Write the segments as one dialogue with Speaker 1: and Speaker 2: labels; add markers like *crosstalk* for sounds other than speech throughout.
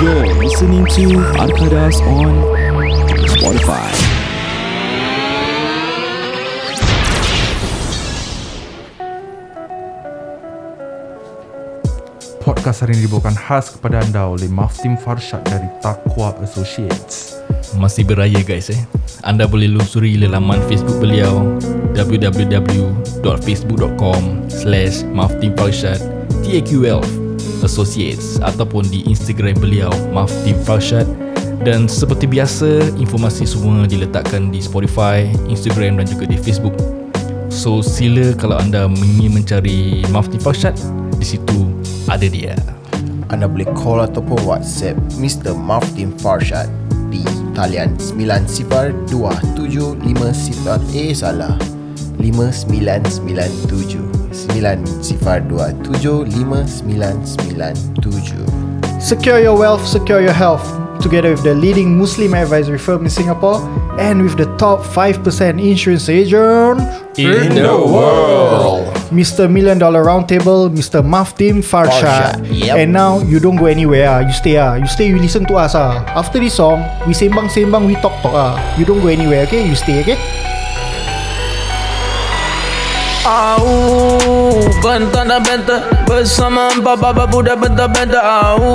Speaker 1: You're listening to Arkadas on Spotify.
Speaker 2: Podcast hari ini dibawakan khas kepada anda oleh Maftim Farshad dari Taqwa Associates.
Speaker 3: Masih beraya guys eh Anda boleh lusuri laman Facebook beliau www.facebook.com slash Mafti Farshad TAQL Associates Ataupun di Instagram beliau Mafti Farshad Dan seperti biasa informasi semua diletakkan di Spotify, Instagram dan juga di Facebook So sila kalau anda ingin mencari Mafti Farshad Di situ ada dia
Speaker 4: anda boleh call ataupun WhatsApp Mr. Maftin Farshad di talian 902750A Eh, salah 5997 90275997
Speaker 5: Secure your wealth, secure your health. Together with the leading Muslim advisory firm in Singapore and with the top 5% insurance agent,
Speaker 3: In the world
Speaker 5: Mr. Million Dollar Roundtable, Mr. Maftim Farshad.
Speaker 4: Farshad, yep.
Speaker 5: And now you don't go anywhere ah. You stay ah. You stay. You listen to us ah. After this song, we sembang sembang, we talk talk ah. You don't go anywhere, okay? You stay, okay?
Speaker 6: Au Bantana benta Bersama empat baba budak benta benta Au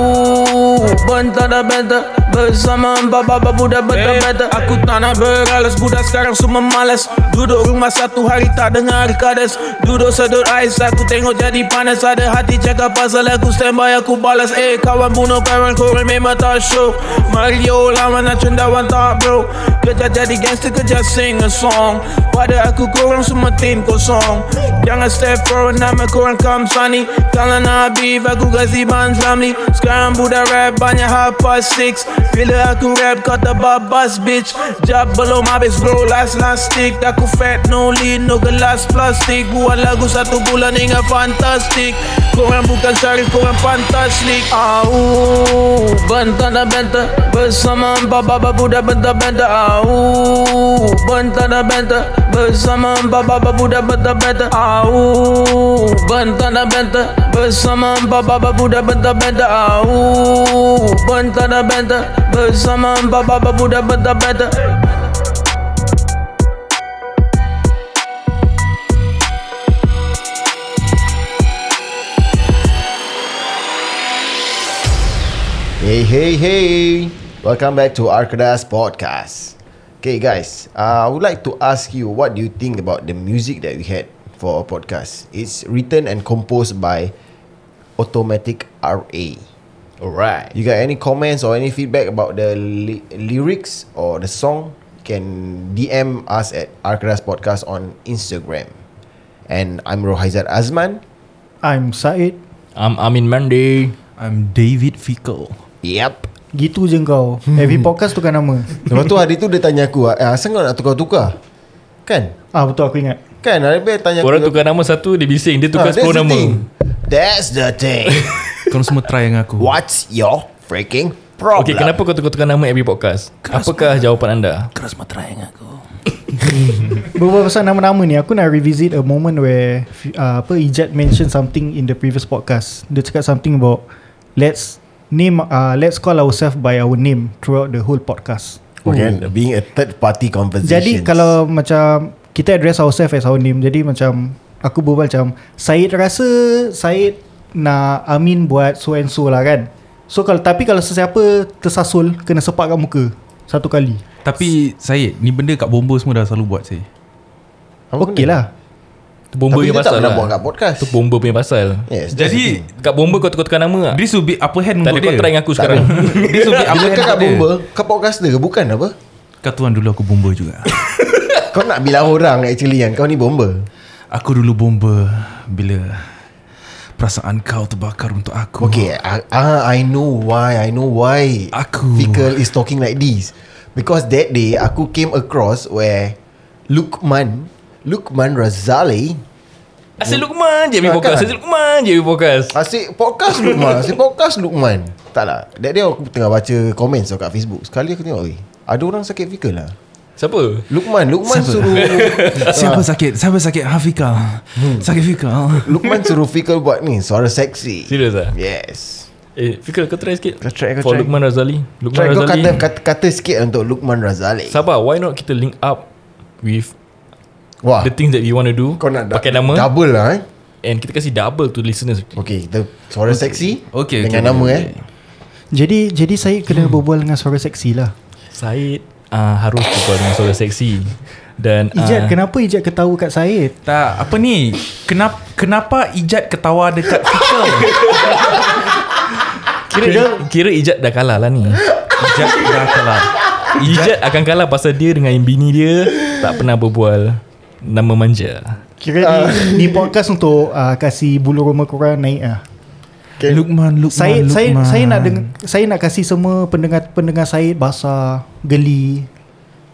Speaker 6: Bantana benta Bersama empat baba budak benta benta Eh, Aku tak nak beralas Budak sekarang semua malas Duduk rumah satu hari tak dengar kades Duduk sedut ais Aku tengok jadi panas Ada hati cakap pasal aku Standby aku balas Eh kawan bunuh kawan korang memang tak oh, show Mario lawan nak lah cendawan tak bro Kerja jadi gangster kerja sing a song Pada aku korang semua tim kosong Jangan step forward nama korang come sunny Kalau nak beef aku kasi ban Zamli Sekarang budak rap banyak hafal six Bila aku rap kau terbabas bitch Jab belum habis bro last last stick Aku fat no lean no gelas plastik Buat lagu satu bulan hingga fantastik Korang bukan syarif korang fantastik Au Bentar dan bentar Bersama empat baba budak bentar bentar Au Bentar dan bentar Bersama empat baba budak bentar bentar Au Bentar dan bentar Bersama empat baba budak bentar bentar Au Bentar dan bentar Bersama empat baba budak bentar bentar
Speaker 4: Hey hey hey Welcome back to Arkadas Podcast Okay guys uh, I would like to ask you What do you think about the music that we had For our podcast It's written and composed by Automatic RA
Speaker 3: Alright
Speaker 4: You got any comments or any feedback about the ly- lyrics or the song? Can DM us at Arkadas Podcast on Instagram. And I'm Rohaizat Azman.
Speaker 5: I'm Said.
Speaker 3: I'm Amin Mandi
Speaker 2: I'm David Fickle.
Speaker 4: Yep.
Speaker 5: Gitu je *laughs* kau. Every podcast tukar nama.
Speaker 4: Lepas tu hari tu dia tanya aku, ah, asal kau nak tukar-tukar? Kan?
Speaker 5: Ah betul aku ingat.
Speaker 4: Kan? Hari dia tanya
Speaker 3: Orang
Speaker 4: aku.
Speaker 3: tukar nama satu Dia bising Dia tukar
Speaker 4: Ah, that's
Speaker 3: 10
Speaker 4: the
Speaker 3: nama
Speaker 4: thing. That's the
Speaker 3: *laughs*
Speaker 4: thing.
Speaker 2: Korang semua try dengan aku.
Speaker 4: What's your freaking problem?
Speaker 3: Okay kenapa kau tukar-tukar nama Every podcast Apakah jawapan anda
Speaker 5: Berbual pasal nama-nama ni Aku nak revisit a moment where uh, apa Ijat mentioned something in the previous podcast Dia cakap something about Let's name uh, Let's call ourselves by our name Throughout the whole podcast
Speaker 3: Hmm.
Speaker 4: Again, being a third party conversation.
Speaker 5: Jadi kalau macam Kita address ourselves as our name Jadi macam Aku berbual macam Syed rasa Syed nak Amin buat so and so lah kan So kalau Tapi kalau sesiapa tersasul Kena sepak kat muka Satu kali
Speaker 2: Tapi Syed, ni benda kat bomba semua dah selalu buat saya.
Speaker 4: Oh,
Speaker 5: Okey lah
Speaker 3: Tu bomba
Speaker 4: Tapi
Speaker 3: punya
Speaker 4: dia tak
Speaker 3: pasal
Speaker 4: pernah
Speaker 3: lah.
Speaker 4: buat kat podcast.
Speaker 3: Tu bomba punya pasal
Speaker 4: Yes, that's the
Speaker 2: Jadi,
Speaker 3: Kat bomba kau tukar-tukar nama tak?
Speaker 2: this will be upper hand
Speaker 3: Tak ada
Speaker 2: untuk
Speaker 3: kau
Speaker 2: dia.
Speaker 3: try dengan aku sekarang
Speaker 2: This will be
Speaker 4: Bila
Speaker 2: upper hand
Speaker 4: kau kat
Speaker 2: untuk dia.
Speaker 4: bomba, kau podcaster ke bukan apa?
Speaker 2: Kau tuan dulu aku bomba juga.
Speaker 4: Kau nak bilang orang actually yang kau ni bomba.
Speaker 2: aku dulu bomba bila perasaan kau terbakar untuk aku.
Speaker 4: Okay, ah ah, I know why, I know why.
Speaker 2: Aku.
Speaker 4: Fickle is talking like this because that day aku came across where Lukman, Lukman Razali,
Speaker 3: *laughs* Asyik Lukman je Every
Speaker 4: Ah,
Speaker 3: podcast
Speaker 4: kan?
Speaker 3: Asyik Lukman je Every podcast
Speaker 4: asyik podcast Lukman, asyik podcast Lukman. Tak lah, that day aku tengah baca komen tau kat Facebook. Sekali aku tengok, eh, ada orang sakit Fickle lah.
Speaker 3: Siapa?
Speaker 4: Lukman, Lukman
Speaker 2: Siapa?
Speaker 4: suruh
Speaker 3: *laughs* Ah.
Speaker 2: Siapa sakit? Siapa sakit?
Speaker 3: Hmm.
Speaker 2: Hafika. Sakit Fika.
Speaker 4: Lukman suruh Fickle buat ni suara seksi.
Speaker 3: Serius lah
Speaker 4: Yes.
Speaker 3: Eh, Fikir kau try sikit.
Speaker 4: Kau try, kau
Speaker 3: For
Speaker 4: try.
Speaker 3: Lukman Razali. Lukman
Speaker 4: Try kau
Speaker 3: Razali.
Speaker 4: kata, kata, kata sikit lah untuk Lukman Razali
Speaker 3: Sabar, why not kita link up with
Speaker 4: Wah
Speaker 3: the things that we want to do.
Speaker 4: Kau nak da-
Speaker 3: pakai nama
Speaker 4: Double lah eh
Speaker 3: and kita kasi double to listeners.
Speaker 4: Okay kita Suara seksi
Speaker 2: Okay,
Speaker 4: Dengan
Speaker 2: okay,
Speaker 4: nama
Speaker 2: okay,
Speaker 4: eh
Speaker 5: Jadi jadi saya kena berbual dengan suara seksi lah.
Speaker 3: Said uh, harus berbual dengan suara seksi dan ah,
Speaker 5: Ijat kenapa Ijat ketawa kat Syed?
Speaker 2: Tak, apa ni? Kenapa kenapa Ijat ketawa dekat Fikal?
Speaker 3: *laughs* kira kira Ijat dah kalah lah ni.
Speaker 2: Ijat dah kalah.
Speaker 3: Ijat akan kalah pasal dia dengan bini dia tak pernah berbual nama manja.
Speaker 5: Kira ni, ni podcast untuk uh, kasih bulu rumah korang naik ah.
Speaker 4: Okay.
Speaker 2: Lukman, Lukman,
Speaker 5: Saya
Speaker 2: Lukman.
Speaker 5: saya saya nak deng- saya nak kasih semua pendengar-pendengar Syed basah, geli.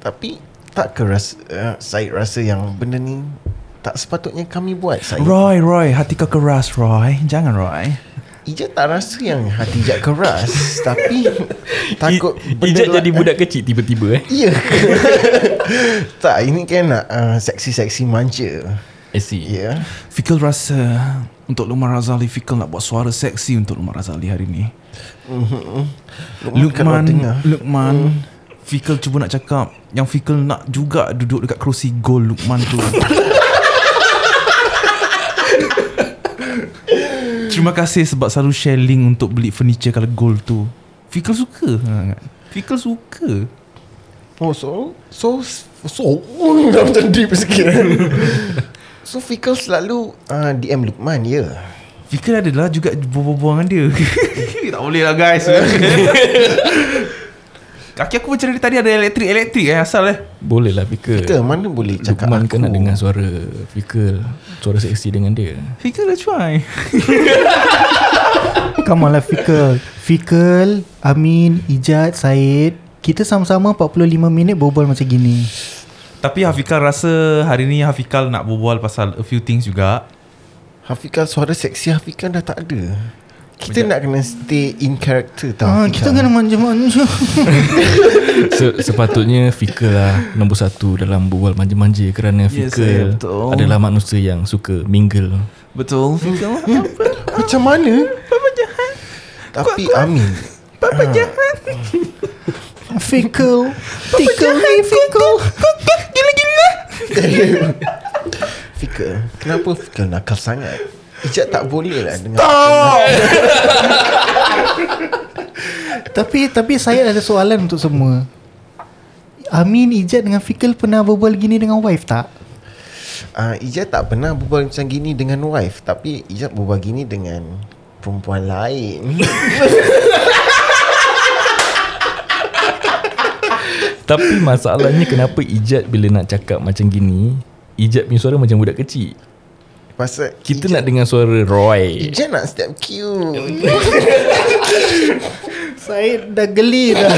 Speaker 4: Tapi Tak ke rasa, uh, Syed rasa yang Benda ni Tak sepatutnya kami buat Syed
Speaker 2: Roy, Roy, hati kau keras, Roy. Jangan, Roy.
Speaker 4: Ijat tak rasa yang hati Ijat keras *laughs* Tapi Takut
Speaker 3: I,
Speaker 4: benda lah.
Speaker 3: Ijat
Speaker 4: la-
Speaker 3: jadi budak kecil tiba-tiba eh.
Speaker 4: *laughs* Ya *laughs* Tak ini kan nak uh, Seksi-seksi manja
Speaker 3: I see.
Speaker 4: Ya yeah.
Speaker 2: Fikal rasa untuk Lukman Razali, Fikal nak buat suara seksi untuk Lukman Razali hari ni.
Speaker 4: kalau
Speaker 2: Lukman,
Speaker 4: dengar.
Speaker 2: Lukman,
Speaker 5: Hmm.
Speaker 2: Fikal cuba nak cakap yang Fikal nak juga duduk dekat kerusi gol Lukman
Speaker 5: *laughs*
Speaker 2: tu. Terima kasih sebab selalu share link untuk beli furniture kalau gol tu. Fikal suka sangat. Fikal suka.
Speaker 4: Oh so So So *laughs* Dah macam deep sikit So Fikal selalu uh, DM Lukman ya yeah.
Speaker 2: Fikal adalah lah juga berbual-bual dengan dia *laughs* Tak boleh lah *laughs* guys Kaki aku macam dari tadi ada elektrik-elektrik eh asal eh
Speaker 3: Boleh lah Fikir.
Speaker 4: Kita mana boleh cakap
Speaker 3: Lukman
Speaker 4: aku
Speaker 3: kan nak dengar suara Fikir Suara seksi dengan dia
Speaker 2: Fikal dah try
Speaker 5: Come on lah Fikal Fikal Amin Ijat Syed Kita sama-sama 45 minit berbual macam gini
Speaker 2: Tapi Hafikal rasa hari ni Hafikal nak berbual pasal a few things juga
Speaker 4: Hafikan suara seksi Hafikan dah tak ada Kita nak kena stay in character tau
Speaker 5: ah,
Speaker 4: Hafikan.
Speaker 5: Kita kena manja-manja
Speaker 3: Se- Sepatutnya Fikir lah Nombor satu dalam Berbual manja-manja Kerana
Speaker 2: Yes, saya
Speaker 4: eh,
Speaker 3: Fikir
Speaker 2: betul.
Speaker 3: Adalah manusia yang Suka mingle
Speaker 2: Betul Fikal
Speaker 4: Macam mana Papa jahat Tapi Amin
Speaker 5: *laughs* Fikal Tikal ni Fikal Gila-gila
Speaker 4: Fikal Kenapa Fikal nakal sangat Ijat tak boleh lah dengan
Speaker 5: Tapi tapi Syed ada soalan untuk semua Amin Ijat dengan Fikal pernah berbual gini dengan wife tak?
Speaker 4: uh, Ijat tak pernah berbual macam gini dengan wife Tapi Ijat berbual gini dengan Perempuan lain
Speaker 3: Tapi masalahnya Kenapa Ijat bila nak cakap Macam gini Ijat punya suara macam budak kecil
Speaker 4: Pasal
Speaker 3: Kita nak dengar suara Roy
Speaker 4: Ijat nak step cute
Speaker 5: Syed dah geli
Speaker 4: *laughs*
Speaker 5: dah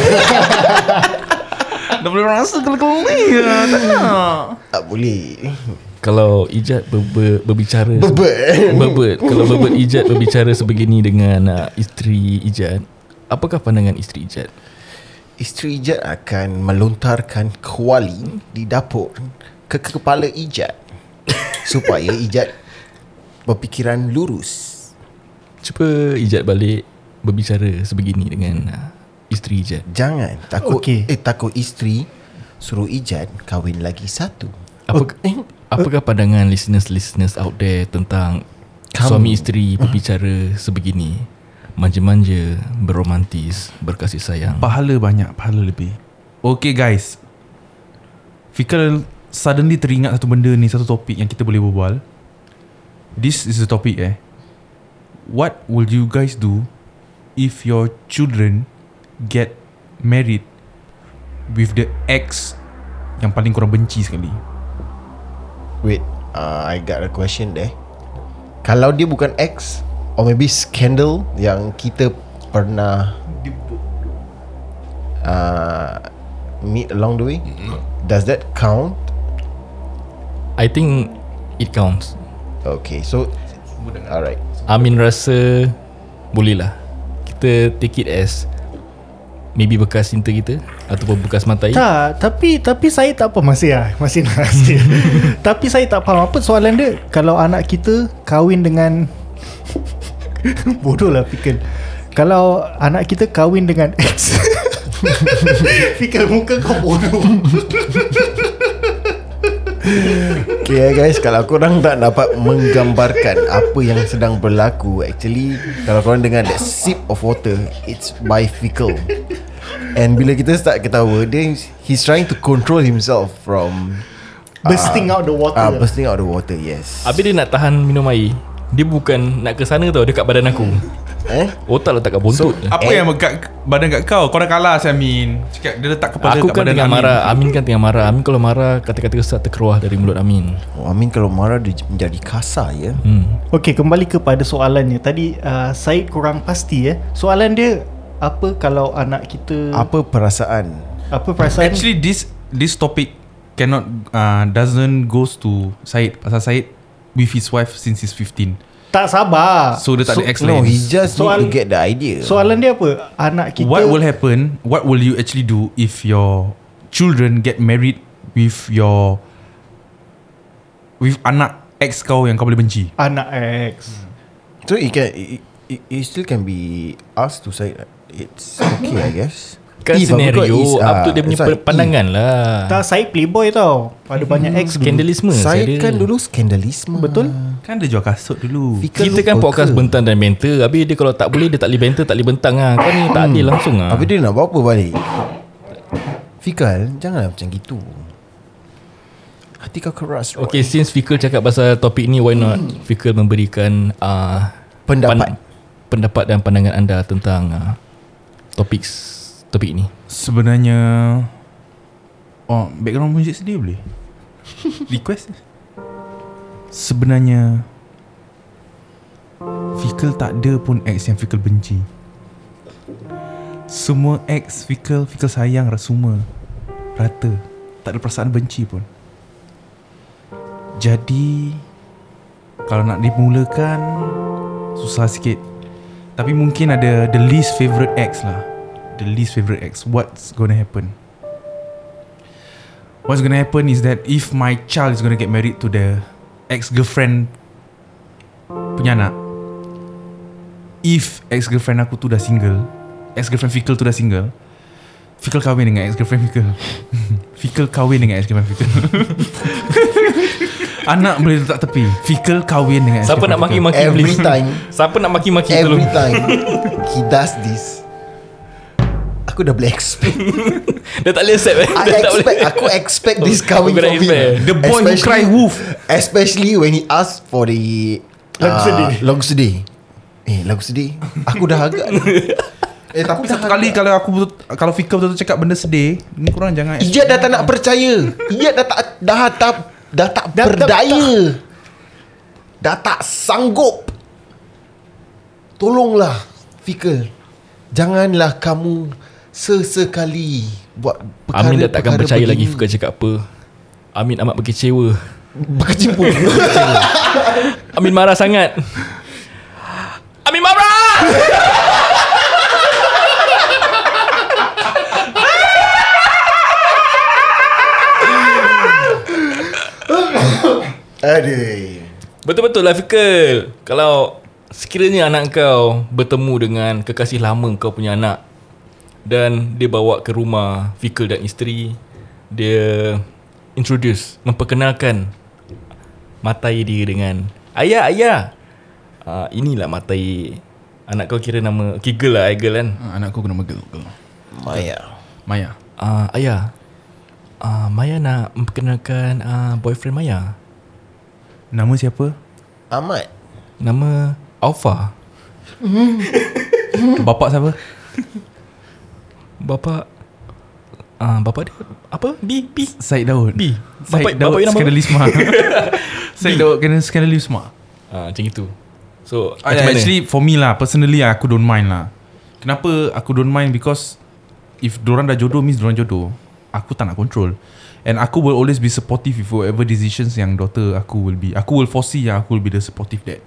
Speaker 2: Dah boleh rasa kalau ni Tak nak
Speaker 4: Tak boleh
Speaker 3: Kalau Ijat berber, berbicara
Speaker 4: Bebel
Speaker 3: Berbert Kalau Berbert Ijat berbicara sebegini Dengan uh, isteri Ijat Apakah pandangan isteri Ijat?
Speaker 4: Isteri Ijat akan melontarkan kuali di dapur ke ke kepala Ijat *coughs* supaya Ijat berfikiran lurus.
Speaker 3: Cuba Ijat balik berbicara sebegini dengan uh, isteri Ijat.
Speaker 4: Jangan takut
Speaker 5: Okey.
Speaker 4: eh takut isteri suruh Ijat kahwin lagi satu.
Speaker 3: Apa apakah pandangan listeners-listeners out there tentang
Speaker 4: Kamu.
Speaker 3: suami isteri berbicara sebegini? Manja-manja, berromantis, berkasih sayang.
Speaker 2: Pahala banyak Pahala lebih Okay guys Fikal suddenly teringat satu benda ni Satu topik yang kita boleh berbual This is the topic eh What will you guys do If your children Get married With the ex Yang paling korang benci sekali
Speaker 4: Wait, uh, I got a question there. Kalau dia bukan ex or maybe scandal yang kita pernah uh, meet along the way, does that count?
Speaker 3: I think it counts.
Speaker 4: Okay, so alright.
Speaker 3: Amin rasa bolehlah. Kita take it as maybe bekas cinta kita ataupun bekas mata air.
Speaker 5: Tak, tapi tapi saya tak apa masih lah, masih nak *laughs* rasa. tapi saya tak faham apa soalan dia. *laughs* Kalau anak kita kahwin dengan bodoh lah fikir. Kalau anak kita kahwin dengan *laughs* ex Fikir muka kau bodoh
Speaker 4: Okay eh, guys Kalau korang tak dapat Menggambarkan Apa yang sedang berlaku Actually Kalau korang dengar That sip of water It's by Fickle And bila kita start ketawa Dia He's trying to control himself From
Speaker 5: *laughs* Bursting out the water
Speaker 4: uh, Bursting out the water Yes
Speaker 3: Habis dia nak tahan minum air Dia bukan nak ke sana tau Dekat badan aku
Speaker 4: Eh
Speaker 3: Otak letak kat buntut so,
Speaker 2: Apa yang kat badan kat kau? Kau dah kalah si Amin. Cakap dia letak kepala
Speaker 3: Aku
Speaker 2: kat
Speaker 3: kan
Speaker 2: badan
Speaker 3: tengah
Speaker 2: Amin.
Speaker 3: marah Amin kan tengah marah Amin kalau marah Kata-kata kesat terkeluar dari mulut Amin
Speaker 4: oh, Amin kalau marah Dia menjadi kasar ya
Speaker 3: hmm.
Speaker 5: Okey, kembali kepada soalannya. Tadi uh, Said kurang pasti eh. Soalan dia apa kalau anak kita apa,
Speaker 4: Apa perasaan
Speaker 5: apa perasaan
Speaker 2: Actually this this topic cannot uh, doesn't goes to Said pasal Said with his wife since he's 15.
Speaker 5: tak sabar. So,
Speaker 2: So dia tak ada
Speaker 4: No he
Speaker 2: explain.
Speaker 4: just need
Speaker 5: Soal-
Speaker 4: to get the idea
Speaker 5: soalan dia apa? Anak kita
Speaker 2: What will happen? What will you actually do if your children get married with your with anak ex kau yang kau boleh benci?
Speaker 5: anak ex.
Speaker 4: So it can it, it, it still can be asked to say that it's okay I guess.
Speaker 3: Kan
Speaker 4: If,
Speaker 3: scenario
Speaker 4: because it's,
Speaker 3: Up to
Speaker 4: ah,
Speaker 3: dia punya
Speaker 4: that's why
Speaker 3: pe- pandangan lah
Speaker 5: Tak Said playboy tau. Ada banyak ex dulu.
Speaker 3: Skandalisme
Speaker 4: if- Saya
Speaker 3: Hmm, saya ada.
Speaker 4: kan dulu skandalisme.
Speaker 5: Hmm. Betul?
Speaker 2: Kan dia jual kasut dulu.
Speaker 4: Fikir
Speaker 3: Kita kan
Speaker 4: lupa
Speaker 3: podcast
Speaker 4: ke?
Speaker 3: bentang dan banter Habis dia kalau tak boleh Dia tak boleh banter Tak boleh bentang lah Kau ni tak adil langsung lah
Speaker 4: Habis dia nak buat apa balik? Fikal, janganlah macam gitu. Hati kau keras. Roy.
Speaker 3: Okay since Fikul cakap pasal topik ni Why not Fikul memberikan uh,
Speaker 4: Hmm. Pendapat.
Speaker 3: Pendapat dan pandangan anda Tentang uh, Topik Topik ni
Speaker 2: Sebenarnya Oh background music sedih boleh Request Sebenarnya Fikal tak ada pun ex yang Fikal benci Semua ex Fikal Fikal sayang ra- semua Rata Tak ada perasaan benci pun Jadi Kalau nak dimulakan Susah sikit Tapi mungkin ada The least favourite ex lah The least favourite ex What's gonna happen What's gonna happen is that If my child is gonna get married to the Ex-girlfriend Punya anak If ex-girlfriend aku tu dah single Ex-girlfriend Fikal tu dah single Fikal kahwin dengan ex-girlfriend Fikal *laughs* Fikal kahwin dengan ex-girlfriend Fikal *laughs* Anak boleh letak tepi Fikal kahwin dengan
Speaker 3: Siapa nak
Speaker 2: ex-girlfriend Fikal.
Speaker 3: maki-maki
Speaker 4: Every
Speaker 3: please?
Speaker 4: time.
Speaker 3: *laughs* Siapa nak maki-maki
Speaker 4: Every
Speaker 3: tolong
Speaker 4: time he does this, aku dah boleh expect.
Speaker 3: Dia tak boleh accept eh?
Speaker 4: I
Speaker 3: Dia tak boleh.
Speaker 4: expect Aku expect this coming
Speaker 3: Aku
Speaker 4: from
Speaker 3: kena expect.
Speaker 4: him
Speaker 2: The boy who cry wolf.
Speaker 4: Especially when he asked for the
Speaker 5: Lagu sedih.
Speaker 4: Lagu sedih Eh lagu sedih Aku dah agak Eh
Speaker 2: Tapi satu kali kalau aku betul- Kalau Fikal betul-betul cakap benda sedih Ni korang jangan
Speaker 4: Ijat dah tak nak percaya Ijat dah tak Dah tak Dah tak
Speaker 5: Dah tak-
Speaker 4: berdaya Dah tak sanggup Tolonglah Fikal Janganlah kamu Sesekali Buat perkara
Speaker 3: Amin dah takkan
Speaker 4: perkara
Speaker 3: percaya lagi
Speaker 4: begini.
Speaker 3: Fikul cakap apa Amin amat berkecewa
Speaker 4: Berkecimpung
Speaker 3: Amin marah
Speaker 4: *laughs*
Speaker 3: sangat Amin marah
Speaker 4: Aduh
Speaker 3: Betul-betul lah Fikul Kalau Sekiranya anak kau Bertemu dengan Kekasih lama kau punya anak Dan Dia bawa ke rumah Fikul dan isteri Dia Introduce Memperkenalkan Matai dia dengan Ayah Ayah uh, Inilah matai Anak kau kira nama Okay girl lah eh, girl kan
Speaker 2: Ah, Anak aku kena megel Girl.
Speaker 4: Maya
Speaker 2: Maya
Speaker 3: uh, Ayah uh, Maya nak Memperkenalkan uh, Boyfriend Maya
Speaker 2: Nama siapa?
Speaker 4: Ahmad
Speaker 3: Nama Alfa
Speaker 2: Bapak siapa?
Speaker 3: Bapa uh, Bapa dia Apa? B B
Speaker 2: Said Daud
Speaker 3: B.
Speaker 2: Said
Speaker 3: Bapak-
Speaker 2: Daud
Speaker 3: bapak you nama apa?
Speaker 2: *laughs* skandalisma Said Daud kena skandalisma
Speaker 3: uh, Macam itu So
Speaker 2: Ah, yeah, Actually for me lah Personally aku don't mind lah Kenapa aku don't mind Because If dorang dah jodoh Means dorang jodoh Aku tak nak control And aku will always be supportive With whatever decisions Yang daughter aku will be Aku will foresee yang Aku will be the supportive dad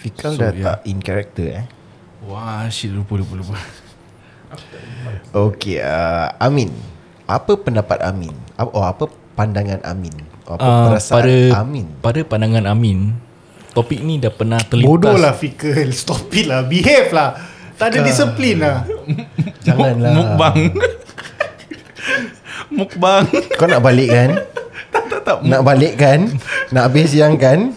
Speaker 4: Fikal
Speaker 2: So,
Speaker 4: dah
Speaker 2: yeah.
Speaker 4: tak in character eh
Speaker 2: Wah shit lupa lupa lupa
Speaker 4: Okay uh, Amin Apa pendapat Amin Ap- Oh apa pandangan Amin Oh, Apa
Speaker 3: uh,
Speaker 4: perasaan
Speaker 3: pada, *laughs*
Speaker 4: Amin
Speaker 3: Pada pandangan Amin Topik ni dah pernah terlintas
Speaker 5: Bodoh lah Fikal. Stop it lah. Behave lah. Tak ada disiplin lah
Speaker 4: Janganlah.
Speaker 2: Mukbang Mukbang
Speaker 4: Kau nak balik kan? Nak balik kan? Nak habis siang kan?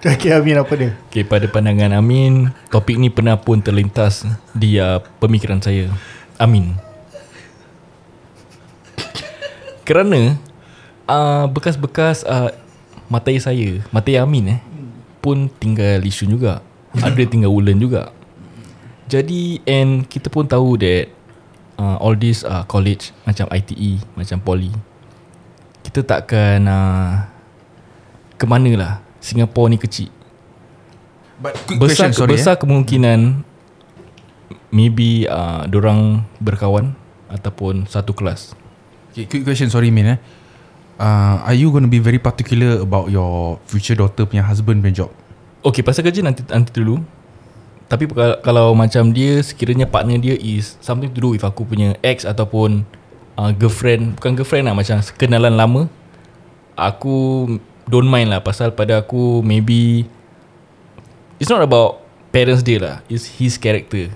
Speaker 5: Okay Amin apa dia
Speaker 3: Okay, pada pandangan Amin, topik ni pernah pun terlintas di uh, pemikiran saya. Amin. Kerana uh, bekas-bekas uh, matai saya, matai Amin eh, pun tinggal Yishun juga. Ada tinggal Ulen juga. Jadi and kita pun tahu that uh, all this uh, college macam ITE, macam poly. Kita takkan uh, ke manalah Singapore ni kecil
Speaker 2: But
Speaker 3: besar eh. question, besar kemungkinan maybe uh, orang berkawan ataupun satu kelas.
Speaker 2: Okay, quick question, sorry Min eh. Uh, are you going to be very particular about your future daughter punya husband punya job?
Speaker 3: Okay, pasal kerja nanti nanti dulu. Tapi kalau, kalau macam dia sekiranya partner dia is something to do with aku punya ex ataupun uh, girlfriend, bukan girlfriend lah macam kenalan lama. Aku don't mind lah pasal pada aku maybe it's not about parents dia lah. It's his character.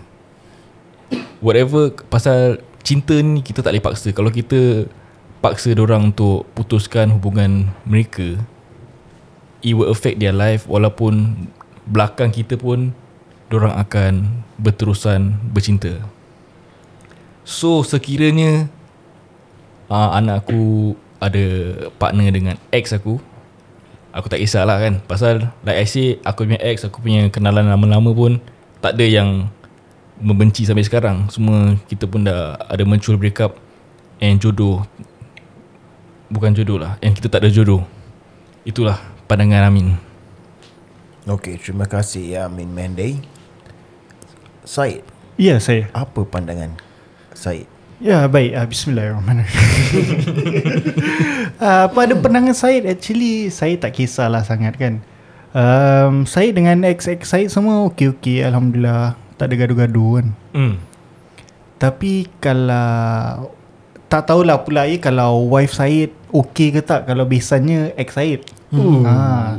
Speaker 3: Whatever pasal cinta ni kita tak boleh paksa. Kalau kita paksa orang untuk putuskan hubungan mereka, it will affect their life walaupun belakang kita pun orang akan berterusan bercinta. So sekiranya uh, anak aku ada partner dengan ex aku, Aku tak kisahlah kan Pasal like I say Aku punya ex Aku punya kenalan lama-lama pun Tak ada yang Membenci sampai sekarang Semua kita pun dah Ada muncul break up And jodoh Bukan jodoh lah And kita tak ada jodoh Itulah pandangan Amin
Speaker 4: Okay, terima kasih ya Min Mendy. Said,
Speaker 5: Ya saya
Speaker 4: apa pandangan Said?
Speaker 5: Ya baik uh, *laughs* Bismillahirrahmanirrahim uh, Pada pandangan Syed Actually saya tak kisahlah sangat kan um, Syed dengan ex-ex Syed semua okey-okey Alhamdulillah Tak ada gaduh-gaduh kan
Speaker 3: hmm.
Speaker 5: Tapi kalau Tak tahulah pula ya Kalau wife Syed okey ke tak Kalau biasanya ex Syed hmm. ha,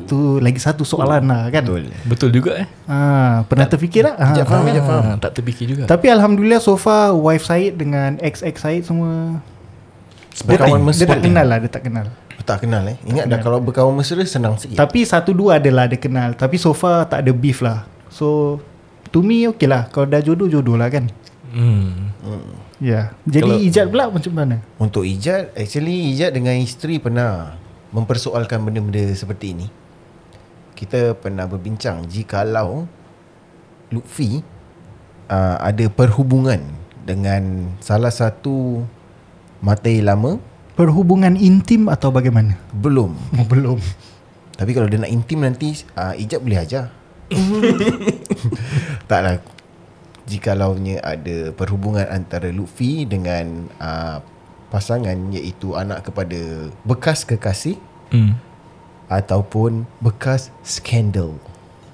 Speaker 5: tu lagi satu soalan lah kan Betul
Speaker 3: Betul juga eh
Speaker 5: ha, Pernah terfikir tak? Ha,
Speaker 4: Sekejap faham, sekejap faham.
Speaker 3: ha, Tak terfikir juga
Speaker 5: Tapi Alhamdulillah so far Wife Syed dengan ex-ex Syed semua
Speaker 4: Berkawan
Speaker 5: dia
Speaker 4: mesra.
Speaker 5: tak kenal lah Dia tak kenal
Speaker 4: Tak kenal eh. Ingat dah kalau berkawan mesra senang
Speaker 3: Ya.
Speaker 4: sikit.
Speaker 5: Tapi satu dua adalah dia kenal Tapi so far tak ada beef lah So To me okay lah Kalau dah jodoh jodoh lah kan
Speaker 3: hmm.
Speaker 5: Ya yeah. Jadi
Speaker 3: Kalau-
Speaker 5: ijat pula macam mana
Speaker 4: Untuk Ijat, actually Ijat dengan isteri pernah mempersoalkan benda-benda seperti ini. Kita pernah berbincang jikalau Lutfi uh, ada perhubungan dengan salah satu matai lama
Speaker 5: Perhubungan intim atau bagaimana
Speaker 4: belum.
Speaker 5: oh, Belum
Speaker 4: Tapi kalau dia nak intim nanti uh, Ijat boleh ajar. *laughs* Taklah. Jikalaunya ada perhubungan antara Lutfi dengan uh, pasangan iaitu anak kepada bekas kekasih
Speaker 3: Hmm.
Speaker 4: ataupun bekas skandal.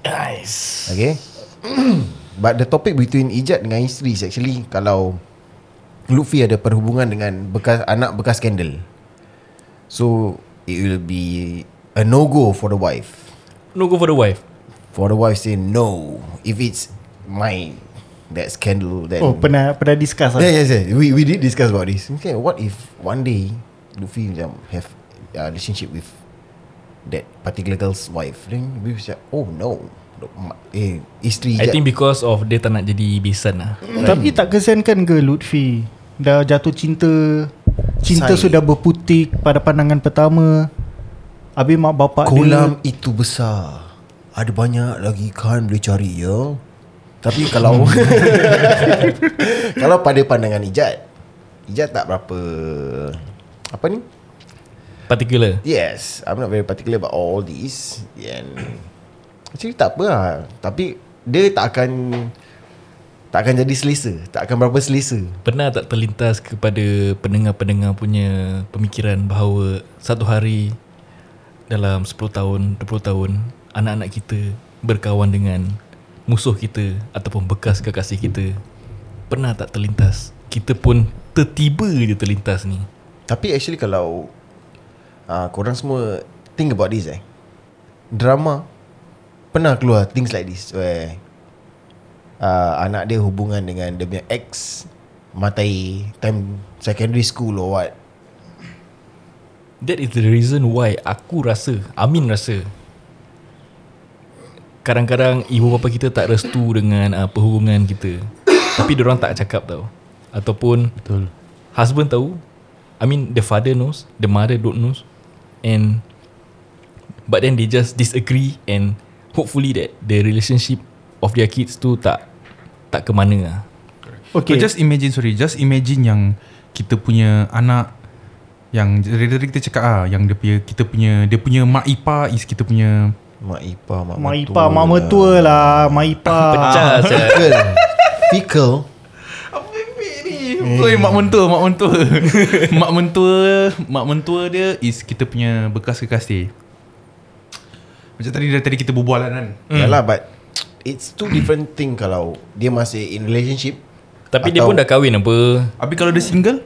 Speaker 3: Nice
Speaker 4: Okay. *clears throat* But the topic between Ijat dengan isteri is actually kalau Lutfi ada perhubungan dengan bekas anak bekas skandal. So it will be a no go for the wife.
Speaker 3: No go for the wife
Speaker 4: For the wife say no. If it's my that scandal then
Speaker 5: Oh pernah pernah discuss lah
Speaker 3: Eh,
Speaker 4: Yeah, yes, yes. We we did discuss about this. Okay, what if one day Luffy macam have a relationship with that particular girl's wife? Then we macam, oh no. Eh, isteri
Speaker 3: I think because of Dia tak nak jadi besan lah
Speaker 5: Tapi tak kesiankan ke Lutfi Dah jatuh cinta Cinta
Speaker 4: Syed.
Speaker 5: sudah berputik Pada pandangan pertama Habis mak bapak
Speaker 4: kolam
Speaker 5: dia
Speaker 4: itu besar. Ada banyak lagi kan boleh cari ya. Tapi kalau kalau pada pandangan Ijat, Ijat tak berapa apa ni?
Speaker 3: Particular
Speaker 4: Yes, I'm not very particular about all these. And actually tak apa lah. Tapi dia tak akan tak akan jadi selesa. Tak akan berapa selesa.
Speaker 3: Pernah tak terlintas kepada pendengar-pendengar punya pemikiran bahawa satu hari dalam 10 tahun, 20 tahun anak-anak kita berkawan dengan musuh kita ataupun bekas kekasih kita. Pernah tak terlintas? Kita pun tertiba je terlintas ni.
Speaker 4: Tapi actually kalau uh, korang semua think about this eh. Drama pernah keluar things like this where uh, anak dia hubungan dengan dia punya ex matai time secondary school or what.
Speaker 3: That is the reason why aku rasa, Amin rasa kadang-kadang ibu bapa kita tak restu dengan uh, perhubungan kita. Tapi orang tak cakap tau. Ataupun
Speaker 2: Betul.
Speaker 3: husband tahu. I mean the father knows, the mother don't knows and but then they just disagree and hopefully that the relationship of their kids tu tak tak ke mana lah.
Speaker 2: Okay.
Speaker 5: Okay
Speaker 2: But just imagine sorry, just imagine yang kita punya anak yang tadi kita cakap ah yang dia punya kita punya dia punya mak ipa is kita punya
Speaker 4: Mak Ipa, Mak
Speaker 5: Mak Ipa Mak mertua lah Mak
Speaker 2: *laughs*
Speaker 5: Ipa
Speaker 3: Pecah sia.
Speaker 5: *laughs*
Speaker 4: Fickle. Fickle.
Speaker 2: Oi, mak mentua, mak mentua. Eh. *laughs* mak mentua, mak mentua dia is kita punya bekas kekasih. Macam tadi tadi kita berbual lah kan.
Speaker 4: Mm. Yalah but it's two different thing kalau dia masih in relationship.
Speaker 3: Tapi dia pun
Speaker 4: Atau-
Speaker 3: dah kahwin apa.
Speaker 2: Habis kalau dia single,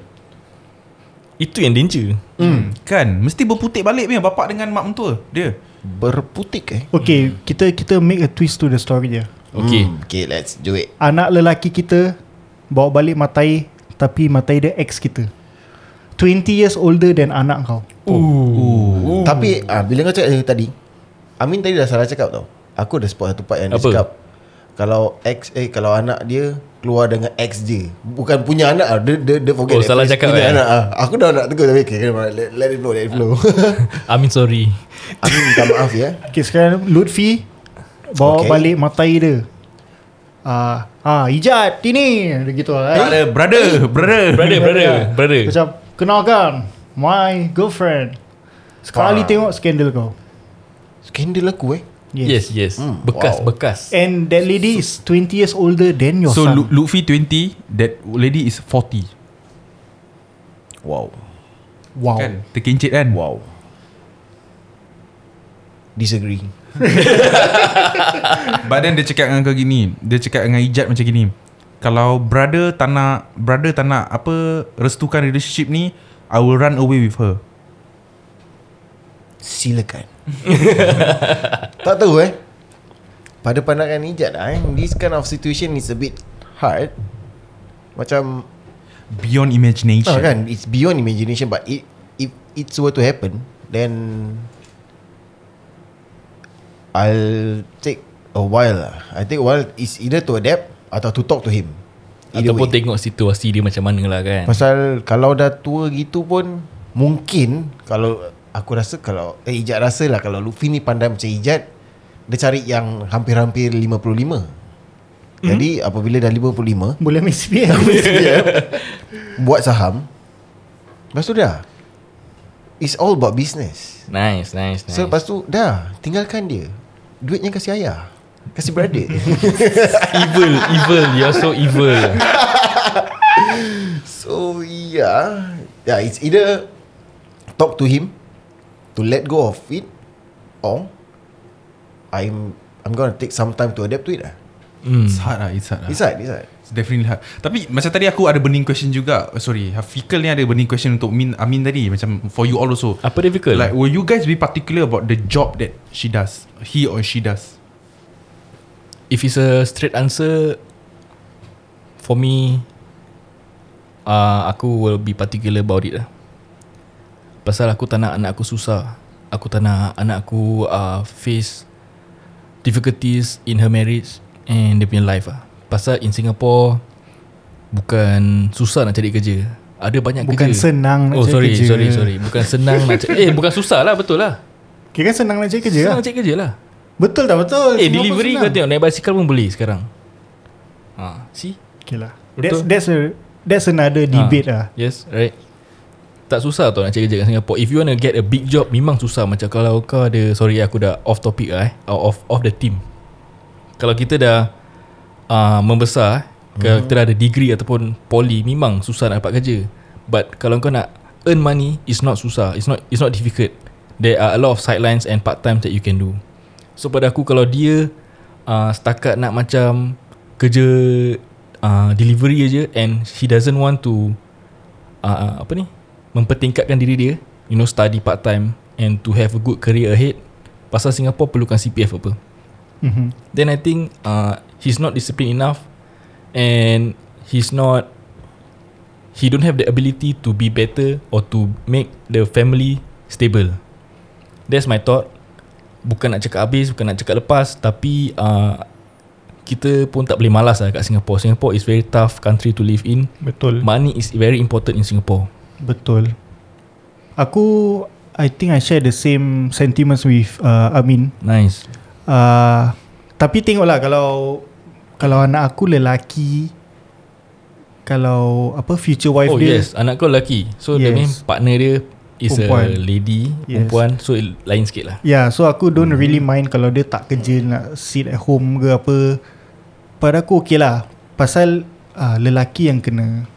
Speaker 3: Itu yang danger.
Speaker 2: hmm. kan mesti berputik balik punya bapak dengan mak mentua dia.
Speaker 4: Berputik eh.
Speaker 5: Okay Kita kita make a twist to the story dia
Speaker 3: Okay.
Speaker 4: Hmm, okay, let's do it.
Speaker 5: Anak lelaki kita Bawa balik matai Tapi matai dia ex kita 20 years older than anak kau
Speaker 4: Ooh. Tapi ah, bila kau cakap dari tadi, Amin tadi dah salah cakap tau. Aku ada spot satu part yang dia
Speaker 3: Apa?
Speaker 4: cakap. Kalau ex eh kalau anak dia keluar dengan ex dia. Bukan punya anak ah. Dia, dia, dia
Speaker 3: Oh,
Speaker 4: forget. that
Speaker 3: salah
Speaker 4: phrase,
Speaker 3: cakap,
Speaker 4: punya
Speaker 3: eh?
Speaker 4: anak, ah. Aku dah nak tegur tapi okay, kena let, let it flow, let it
Speaker 3: *laughs*
Speaker 4: flow. *laughs*
Speaker 3: I mean sorry.
Speaker 4: Amin minta maaf ya.
Speaker 5: Okay sekarang Lutfi
Speaker 4: Okay.
Speaker 5: Bawa okay. balik matai dia Ah, ah, Ijat ini Dia gitu lah eh.
Speaker 2: Tak ada brother, brother.
Speaker 3: Brother, brother, brother.
Speaker 5: Macam Kenalkan My girlfriend
Speaker 4: Ah.
Speaker 5: Sekali tengok skandal kau
Speaker 4: Skandal aku eh.
Speaker 3: Yes, yes.
Speaker 4: Hmm,
Speaker 3: Bekas,
Speaker 4: wow.
Speaker 3: bekas.
Speaker 5: And that lady is 20 years older than your
Speaker 2: *laughs* So
Speaker 5: son
Speaker 2: Lu- Luffy 20, that lady is 40.
Speaker 4: Wow.
Speaker 5: Wow
Speaker 2: Kan? Terkincit kan?
Speaker 4: Wow. Disagree.
Speaker 2: But then dia cakap dengan kau gini Dia cakap dengan Ijat macam gini Kalau brother tak nak Brother tak nak apa Restukan relationship ni I will run away with her
Speaker 3: *laughs*
Speaker 4: Silakan. tak tahu eh. Pada pandangan Ijat eh, this kind of situation is a bit hard. Macam
Speaker 2: Beyond imagination
Speaker 4: Ah, kan it's beyond imagination but it if it's were to happen then I'll take a while lah. I take a while is either to adapt atau to talk to him. Either
Speaker 3: Ataupun
Speaker 4: way.
Speaker 3: tengok situasi dia macam mana lah kan.
Speaker 4: Pasal kalau dah tua gitu pun mungkin kalau aku rasa kalau eh Ijat rasa lah kalau Luffy ni pandai macam Ijat dia cari yang hampir-hampir 55. Jadi apabila dah 55
Speaker 5: Boleh ambil CPF
Speaker 4: buat saham Lepas tu dah It's all about business
Speaker 3: Nice, nice, nice.
Speaker 4: nice. So lepas tu dah Tinggalkan dia Duitnya kasih ayah Kasih *laughs* brother
Speaker 3: evil, evil. You're so
Speaker 4: *laughs*
Speaker 3: evil.
Speaker 4: So yeah Yeah it's either Talk to him To let go of it Or I'm I'm gonna take some time to adapt to it lah
Speaker 3: Hmm.
Speaker 2: It's hard lah It's hard lah
Speaker 4: It's hard, it's hard
Speaker 2: It's definitely hard Tapi macam tadi aku ada burning question juga Oh, Sorry Hafiqal ni ada burning question untuk Min, Amin tadi Macam for you all also
Speaker 3: Apa dia fikir?
Speaker 2: Like will you guys be particular about the job that she does He or she does
Speaker 3: If it's a straight answer For me uh, Aku will be particular about it lah Pasal aku tak nak anak aku susah Aku tak nak anak aku uh, face Difficulties in her marriage And dia punya life lah Pasal in Singapore Bukan susah nak cari kerja Ada banyak
Speaker 5: Bukan
Speaker 3: kerja
Speaker 5: senang nak
Speaker 3: Oh
Speaker 5: cari
Speaker 3: sorry
Speaker 5: kerja.
Speaker 3: sorry sorry Bukan senang nak
Speaker 5: *laughs*
Speaker 3: cari Eh bukan susah lah betul lah
Speaker 5: Kira kan senang nak cari kerja
Speaker 3: Senang
Speaker 5: lah
Speaker 3: nak cari kerja lah
Speaker 5: Betul tak betul
Speaker 3: Eh
Speaker 5: Singapore
Speaker 3: delivery kau tengok Naik basikal pun boleh sekarang ha, See
Speaker 5: Okay lah
Speaker 3: Betul. Ah.
Speaker 5: that's, that's, a, that's another debate lah
Speaker 3: Yes right Tak susah tau Nak cari kerja kat Singapore If you want to get a big job Memang susah Macam kalau kau ada Sorry aku dah off topic lah eh Out of, off the team Kalau kita dah uh, Membesar
Speaker 5: Hmm.
Speaker 3: Kalau kita dah ada degree Ataupun poly Memang susah nak dapat kerja But kalau kau nak Earn money It's not susah It's not it's not difficult There are a lot of sidelines And part time that you can do So pada aku Kalau dia uh, Setakat nak macam Kerja uh, Delivery aja And she doesn't want to uh, apa ni mempertingkatkan diri dia you know study part time and to have a good career ahead pasal Singapore perlukan CPF apa
Speaker 5: Mhm.
Speaker 3: then I think uh, he's not disciplined enough and he's not he don't have the ability to be better or to make the family stable that's my thought bukan nak cakap habis bukan nak cakap lepas tapi uh, kita pun tak boleh malas lah kat Singapore Singapore is very tough country to live in
Speaker 5: Betul
Speaker 3: money is very important in Singapore
Speaker 5: Betul Aku I think I share the same sentiments with uh, Amin
Speaker 3: nice
Speaker 5: uh, Tapi tengoklah kalau Kalau anak aku lelaki Kalau apa future wife
Speaker 3: oh
Speaker 5: dia
Speaker 3: yes anak kau lelaki so yes. the
Speaker 5: Yes.
Speaker 3: main partner dia is perempuan.
Speaker 5: Perempuan.
Speaker 3: a lady yes.
Speaker 5: Yes.
Speaker 3: perempuan so it- lain sikit lah
Speaker 5: Yeah so aku don't hmm. really mind Kalau dia tak kerja Nak sit at home ke apa Pada aku okay lah Pasal uh, Lelaki yang kena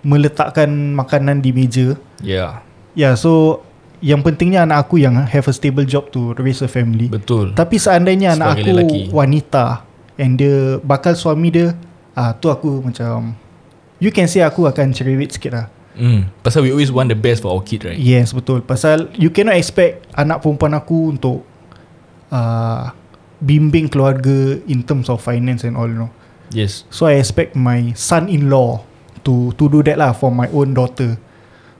Speaker 5: Meletakkan makanan di meja
Speaker 3: yeah
Speaker 5: Yeah so Yang pentingnya anak aku yang Have a stable job to raise a family
Speaker 3: betul
Speaker 5: Tapi seandainya anak
Speaker 3: Sebagai
Speaker 5: aku
Speaker 3: lelaki.
Speaker 5: lelaki. wanita And dia bakal suami dia ah Tu aku macam You can say aku akan cerewet sikit lah
Speaker 3: mm. pasal we always want the best for our kid right
Speaker 5: Yes betul Pasal you cannot expect anak perempuan aku untuk uh, Bimbing keluarga in terms of finance and all you know
Speaker 3: yes
Speaker 5: So I expect my son-in-law to to do that lah for my own daughter.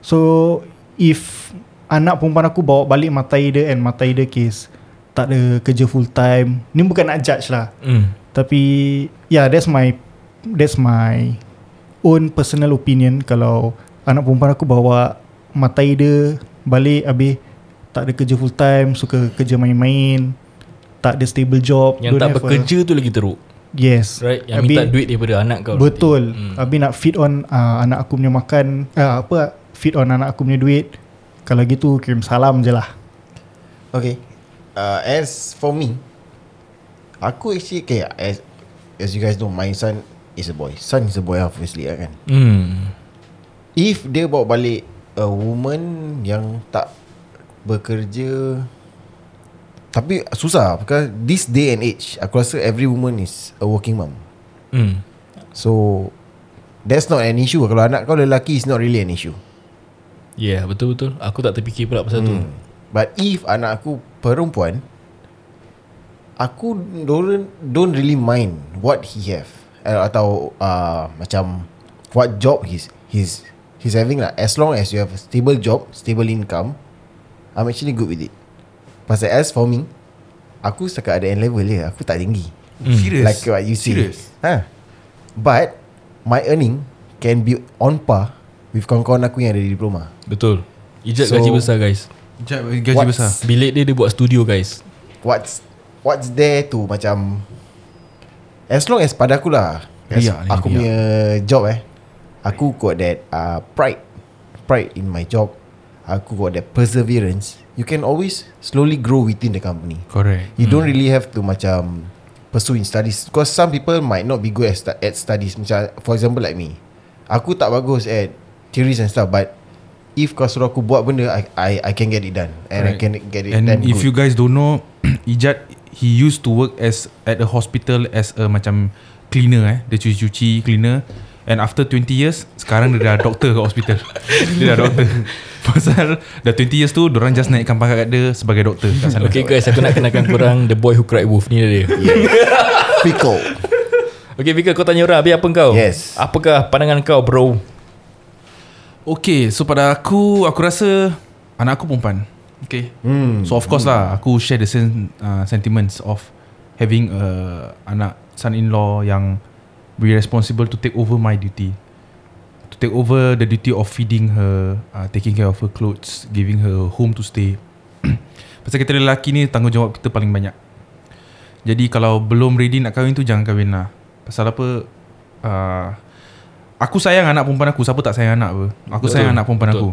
Speaker 5: So if anak perempuan aku bawa balik matai dia and matai dia case tak ada kerja full time. Ni bukan nak judge lah.
Speaker 3: mm.
Speaker 5: Tapi yeah that's my that's my own personal opinion kalau anak perempuan aku bawa matai dia balik habis tak ada kerja full time, suka kerja main-main, tak ada stable job,
Speaker 3: yang
Speaker 5: don't
Speaker 3: tak
Speaker 5: have a-
Speaker 3: bekerja tu lagi teruk
Speaker 5: Yes.
Speaker 3: right yang
Speaker 5: Habis-
Speaker 3: minta duit daripada anak kau
Speaker 5: Betul
Speaker 3: nanti.
Speaker 5: hmm.
Speaker 3: mm.
Speaker 5: Habis nak feed on uh, Anak aku punya makan uh, Apa Feed on anak aku punya duit Kalau gitu Kirim salam je lah
Speaker 4: Okay. Uh, as for me, aku actually okay, as as you guys know, my son is a boy. Son is a boy obviously lah kan.
Speaker 3: Mm.
Speaker 4: If dia bawa balik a woman yang tak bekerja tapi susah because this day and age aku rasa every woman is a working mom.
Speaker 3: Mm.
Speaker 4: So that's not an issue kalau anak kau lelaki is not really an issue.
Speaker 3: yeah betul betul Ya, aku tak terfikir pula pasal mm. tu
Speaker 5: Hmm.
Speaker 4: But if anak aku perempuan Aku don't, don't really mind What he have uh, Atau uh, Macam What job he's He's He's having lah As long as you have a stable job Stable income I'm actually good with it Pasal as for me Aku setakat ada N level je Aku tak tinggi
Speaker 2: Serious
Speaker 4: Like what you say
Speaker 2: Serious
Speaker 4: ha. But My earning Can be on par With kawan-kawan aku yang ada di diploma
Speaker 3: betul Ijat so,
Speaker 4: So-
Speaker 3: gaji besar guys
Speaker 2: Sekejap, Gaji
Speaker 4: What's-
Speaker 2: besar
Speaker 3: Bilik dia dia buat studio guys
Speaker 4: what's what's there to macam as long as pada aku lah as
Speaker 2: Riak ni,
Speaker 4: aku
Speaker 2: riak.
Speaker 4: punya job eh aku got that uh, pride pride in my job aku got that perseverance you can always slowly grow within the company
Speaker 2: Correct
Speaker 4: you don't really have to macam pursue in studies because some people might not be good at, stu- at studies macam for example like me aku tak bagus at theories and stuff but if kau suruh aku buat benda I I, I can get it done and
Speaker 2: Correct.
Speaker 4: I can get it
Speaker 2: And
Speaker 4: done
Speaker 2: if
Speaker 4: good.
Speaker 2: you guys don't know *clears throat* Ijat He used to work as At a hospital As a macam Cleaner eh Dia cuci-cuci cleaner And after 20 years Sekarang dia dah doktor kat hospital *laughs* Dia dah doktor *laughs* Pasal Dah 20 years tu Diorang just naikkan pangkat kat dia Sebagai doktor kat sana
Speaker 3: Okay guys aku nak
Speaker 5: *laughs*
Speaker 3: kenalkan korang The boy who cried wolf ni dia
Speaker 4: Fickle
Speaker 3: Okay Vika kau tanya orang Habis apa kau
Speaker 4: Yes.
Speaker 3: Apakah pandangan kau bro
Speaker 2: Okay So pada aku Aku rasa Anak aku perempuan Okay mm. So of course lah Aku share the same uh, Sentiments of Having a Anak Son-in-law yang Be responsible to take over my duty To take over the duty of feeding her uh, Taking care of her clothes Giving her home to stay *clears throat* Pasal kita lelaki ni Tanggungjawab kita paling banyak Jadi kalau belum ready nak kahwin tu Jangan kahwin lah Pasal apa uh, Aku sayang anak perempuan aku Siapa tak sayang anak apa Aku
Speaker 3: Betul.
Speaker 2: sayang anak perempuan
Speaker 3: Betul.
Speaker 2: aku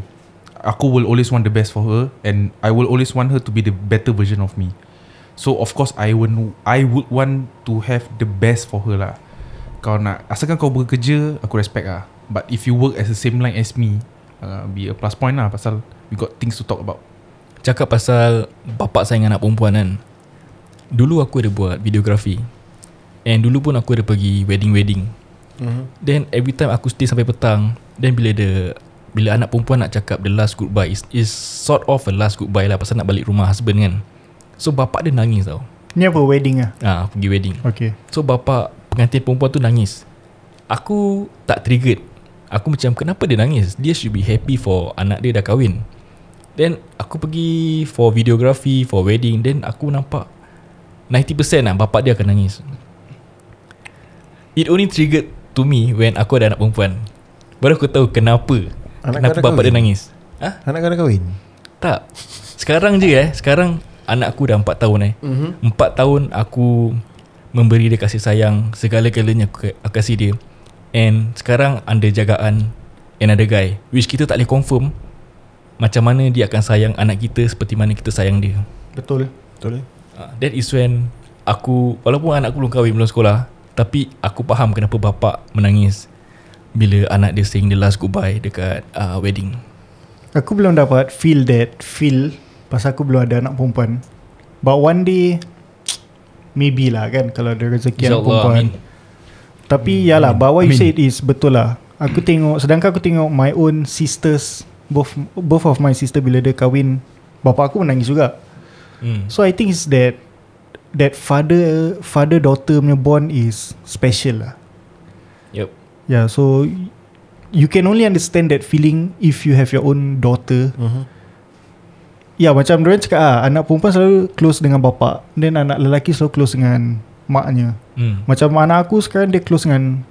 Speaker 2: Aku will always want the best for her And I will always want her to be the better version of me So of course I would I would want to have the best for her lah Kau nak Asalkan kau bekerja Aku respect lah But if you work as the same line as me uh, Be a plus point lah Pasal We got things to talk about
Speaker 3: Cakap pasal Bapak sayang anak perempuan kan Dulu aku ada buat videografi And dulu pun aku ada pergi wedding-wedding mm-hmm. Then every time aku stay sampai petang Then bila the Bila anak perempuan nak cakap the last goodbye Is, is sort of a last goodbye lah Pasal nak balik rumah husband kan So bapak dia nangis tau
Speaker 5: Ni apa wedding ah?
Speaker 3: ah pergi wedding.
Speaker 5: Okay.
Speaker 3: So bapa pengantin perempuan tu nangis. Aku tak triggered. Aku macam kenapa dia nangis? Dia should be happy for anak dia dah kahwin. Then aku pergi for videography, for wedding. Then aku nampak 90% lah bapak dia akan nangis. It only triggered to me when aku ada anak perempuan. Baru aku tahu kenapa. Anak
Speaker 4: Anak kau
Speaker 3: kenapa
Speaker 4: dah
Speaker 3: bapak dia
Speaker 4: kahwin?
Speaker 3: nangis. Ha?
Speaker 4: Anak kau dah kahwin?
Speaker 3: Tak Sekarang je eh Sekarang Anak aku dah 4 tahun eh mm-hmm. 4 tahun aku Memberi dia kasih sayang Segala-galanya aku, aku kasih dia And sekarang Under jagaan Another guy Which kita tak boleh confirm Macam mana dia akan sayang Anak kita Seperti mana kita sayang dia
Speaker 5: Betul.
Speaker 4: Betul eh?
Speaker 3: Ah, That is when Aku Walaupun anak aku belum kahwin Belum sekolah Tapi aku faham Kenapa bapak menangis Bila anak dia saying The last goodbye Dekat uh, wedding
Speaker 5: Aku belum dapat feel that feel pasal aku belum ada anak perempuan. But one day maybe lah kan kalau ada rezeki anak
Speaker 3: InsyaAllah,
Speaker 5: perempuan.
Speaker 3: amin.
Speaker 5: Tapi yalah but what you
Speaker 2: Amin.
Speaker 5: said is betul lah. Aku
Speaker 3: Hmm.
Speaker 5: tengok sedangkan aku tengok my own sisters both both of my sister bila dia kahwin bapa aku menangis juga.
Speaker 3: hmm.
Speaker 5: So I think is that that father father daughter punya bond is special lah.
Speaker 3: Yep
Speaker 5: Yeah, so y- you can only understand that feeling if you have your own daughter.
Speaker 3: Mm-hmm.
Speaker 4: Mhm.
Speaker 5: Ya, yeah, macam diorang cakap ah, anak perempuan selalu close dengan bapa, then anak lelaki selalu close dengan maknya.
Speaker 3: hmm.
Speaker 5: Macam anak aku sekarang dia close dengan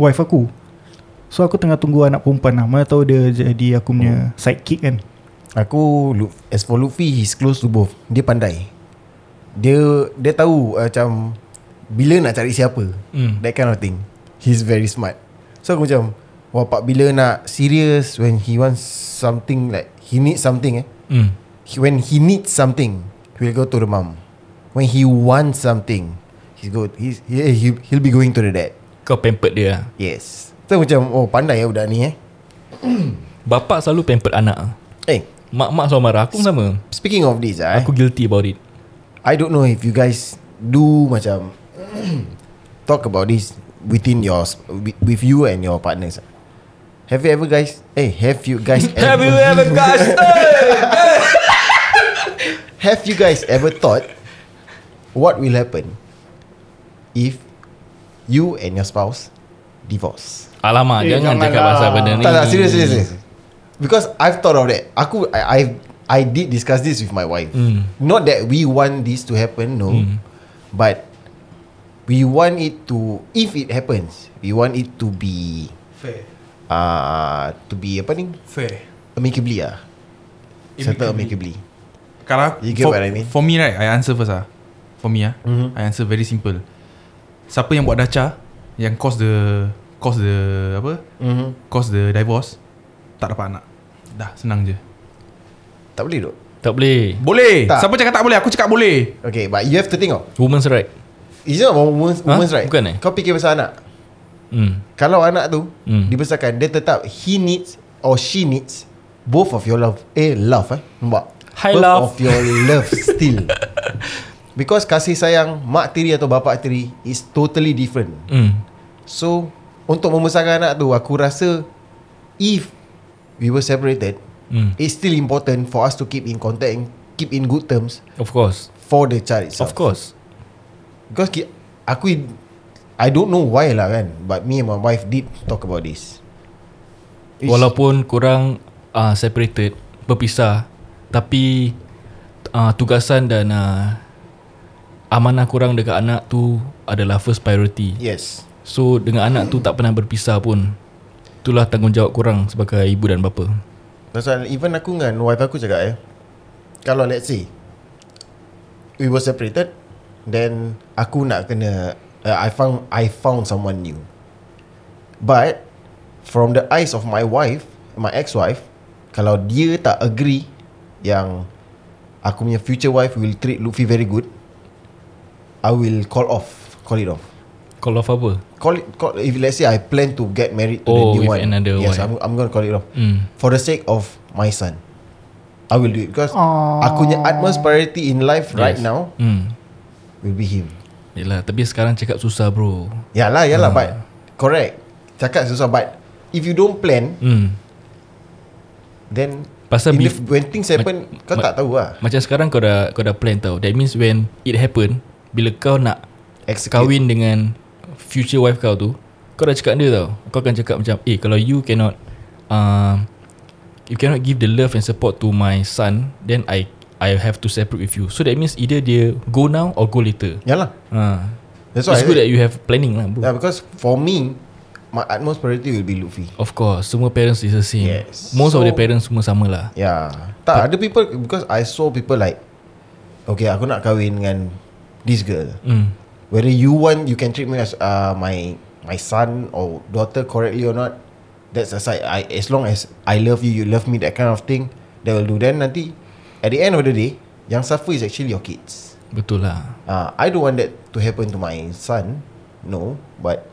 Speaker 5: wife aku. So aku tengah tunggu anak perempuan lah. Mana tahu dia jadi aku punya
Speaker 3: Oh.
Speaker 5: sidekick kan.
Speaker 4: Aku Lu- As for Luffy He's close to both Dia pandai Dia Dia tahu uh, Macam Bila nak cari siapa
Speaker 3: Hmm.
Speaker 4: That kind of thing He's very smart So aku macam Wah pak bila nak Serious When he wants Something like He needs something eh
Speaker 3: Hmm.
Speaker 4: he, When he needs something He'll go to the mom When he wants something He's go, he's, he, he, He'll be going to the dad
Speaker 3: Kau pampered dia lah
Speaker 4: Yes So aku macam Oh pandai ya budak ni eh
Speaker 3: Bapak selalu pampered anak
Speaker 4: Eh
Speaker 3: Mak-mak selalu marah Aku pun sama
Speaker 4: Speaking of this ah, eh,
Speaker 3: Aku guilty about it
Speaker 4: I don't know if you guys do macam *clears throat* talk about this within your with, with you and your partners. Have you ever guys? Hey, have you *laughs* guys? ever,
Speaker 3: ever guys
Speaker 4: have you guys ever thought what will happen if you and your spouse divorce?
Speaker 3: Alamak
Speaker 5: Eh,
Speaker 3: Jangan
Speaker 5: janganlah.
Speaker 3: cakap pasal benda ni
Speaker 4: Tak tak serious serious. serious. Because I've thought of that. Aku I I I did discuss this with my wife.
Speaker 3: Mm.
Speaker 4: Not that we want this to happen, no.
Speaker 3: Mm.
Speaker 4: But we want it to if it happens, we want it to be
Speaker 2: Fair
Speaker 4: uh to be apa ni?
Speaker 2: Fair
Speaker 4: Amicably ah. Settle amicably.
Speaker 2: Kalau
Speaker 4: You get
Speaker 2: for,
Speaker 4: what I mean?
Speaker 2: For me right I answer first ah. For me ah
Speaker 4: Mhm.
Speaker 2: mm-hmm. I answer very simple Siapa yang buat daca Yang cause the Cause the Apa
Speaker 4: Mm-hmm.
Speaker 2: Cause the divorce Tak dapat anak Dah senang je
Speaker 4: Tak boleh dok.
Speaker 3: Tak boleh
Speaker 2: Boleh
Speaker 4: Tak.
Speaker 2: tak. Siapa cakap tak boleh Aku cakap boleh
Speaker 4: Okay, but you have to think of.
Speaker 3: Woman's right
Speaker 4: It's not about women's,
Speaker 3: Ha?
Speaker 4: women's right.
Speaker 3: Bukan eh?
Speaker 4: Kau fikir pasal anak.
Speaker 3: hmm.
Speaker 4: Kalau anak tu
Speaker 3: Hmm.
Speaker 4: hmm. dibesarkan dia tetap he needs or she needs both of your love eh love eh nampak
Speaker 3: Hi,
Speaker 4: both
Speaker 3: love.
Speaker 4: of your
Speaker 3: *laughs*
Speaker 4: love still because kasih sayang mak tiri atau bapa tiri is totally different
Speaker 3: Hmm.
Speaker 4: so untuk membesarkan anak tu aku rasa if we were separated
Speaker 3: Hmm.
Speaker 4: it's still important for us to keep in contact and keep in good terms
Speaker 3: Of course
Speaker 4: for the child
Speaker 3: Of
Speaker 4: itself
Speaker 3: course
Speaker 4: Because ki- aku I don't know why lah kan But me and my wife did talk about this It's-
Speaker 3: Walaupun korang uh, separated Berpisah Tapi uh, Tugasan dan uh, Amanah korang dekat anak tu Adalah first priority
Speaker 4: Yes
Speaker 3: So dengan anak tu tak pernah berpisah pun Itulah tanggungjawab korang Sebagai ibu dan bapa
Speaker 4: That's why even aku dengan wife aku cakap eh Kalau let's say We were separated Then Aku nak kena uh, I found I found someone new But From the eyes of my wife My ex-wife Kalau dia tak agree Yang Aku punya future wife Will treat Luffy very good I will call off Call it off
Speaker 3: Call off apa?
Speaker 4: Call it call, If let's say I plan to get married To
Speaker 3: Oh,
Speaker 4: the new
Speaker 3: with
Speaker 4: one
Speaker 3: another
Speaker 4: Yes
Speaker 3: wife.
Speaker 4: I'm, I'm gonna call it off
Speaker 3: Hmm.
Speaker 4: for the sake of my son I will do it because
Speaker 5: Aww.
Speaker 4: aku punya utmost priority in life yes. right now
Speaker 3: Hmm.
Speaker 4: will be him. Ya
Speaker 3: Yelah tapi sekarang cakap susah bro
Speaker 4: Yalah yalah
Speaker 3: Ah.
Speaker 4: lah, but Hmm. correct. Cakap susah but if you don't plan
Speaker 3: Hmm
Speaker 4: then
Speaker 3: Pasal
Speaker 4: In the,
Speaker 3: bef-
Speaker 4: when things happen
Speaker 3: ma-
Speaker 4: Kau
Speaker 3: ma-
Speaker 4: tak tahu lah
Speaker 3: Macam sekarang kau dah kau dah plan tau. That means when it happen, bila kau nak
Speaker 4: Execute.
Speaker 3: kahwin dengan future wife kau tu, kau dah cakap dengan dia tau. Kau akan cakap macam, "Eh, kalau you cannot um you cannot give the love and support to my son, then I I have to separate with you." So that means either dia go now or go later.
Speaker 4: Yalah
Speaker 3: Ha.
Speaker 4: Ya lah. That's why
Speaker 3: It's
Speaker 4: I
Speaker 3: good that
Speaker 4: said-
Speaker 3: you have planning lah, bro.
Speaker 4: yeah, Because for me My utmost priority will be Luffy
Speaker 3: Of course, semua parents is the same.
Speaker 4: Yes.
Speaker 3: Most so, of
Speaker 4: So-
Speaker 3: the parents semua sama lah.
Speaker 4: Yeah Tak ada people Because I saw people like Okay aku nak kahwin dengan This girl
Speaker 3: Hmm.
Speaker 4: Whether you want You can treat me as uh, My my son Or daughter correctly or not That's aside I, As long as I love you You love me That kind of thing They will do Then nanti At the end of the day Yang suffer is actually your kids
Speaker 3: Betul lah.
Speaker 4: uh, I don't want that to happen to my son No But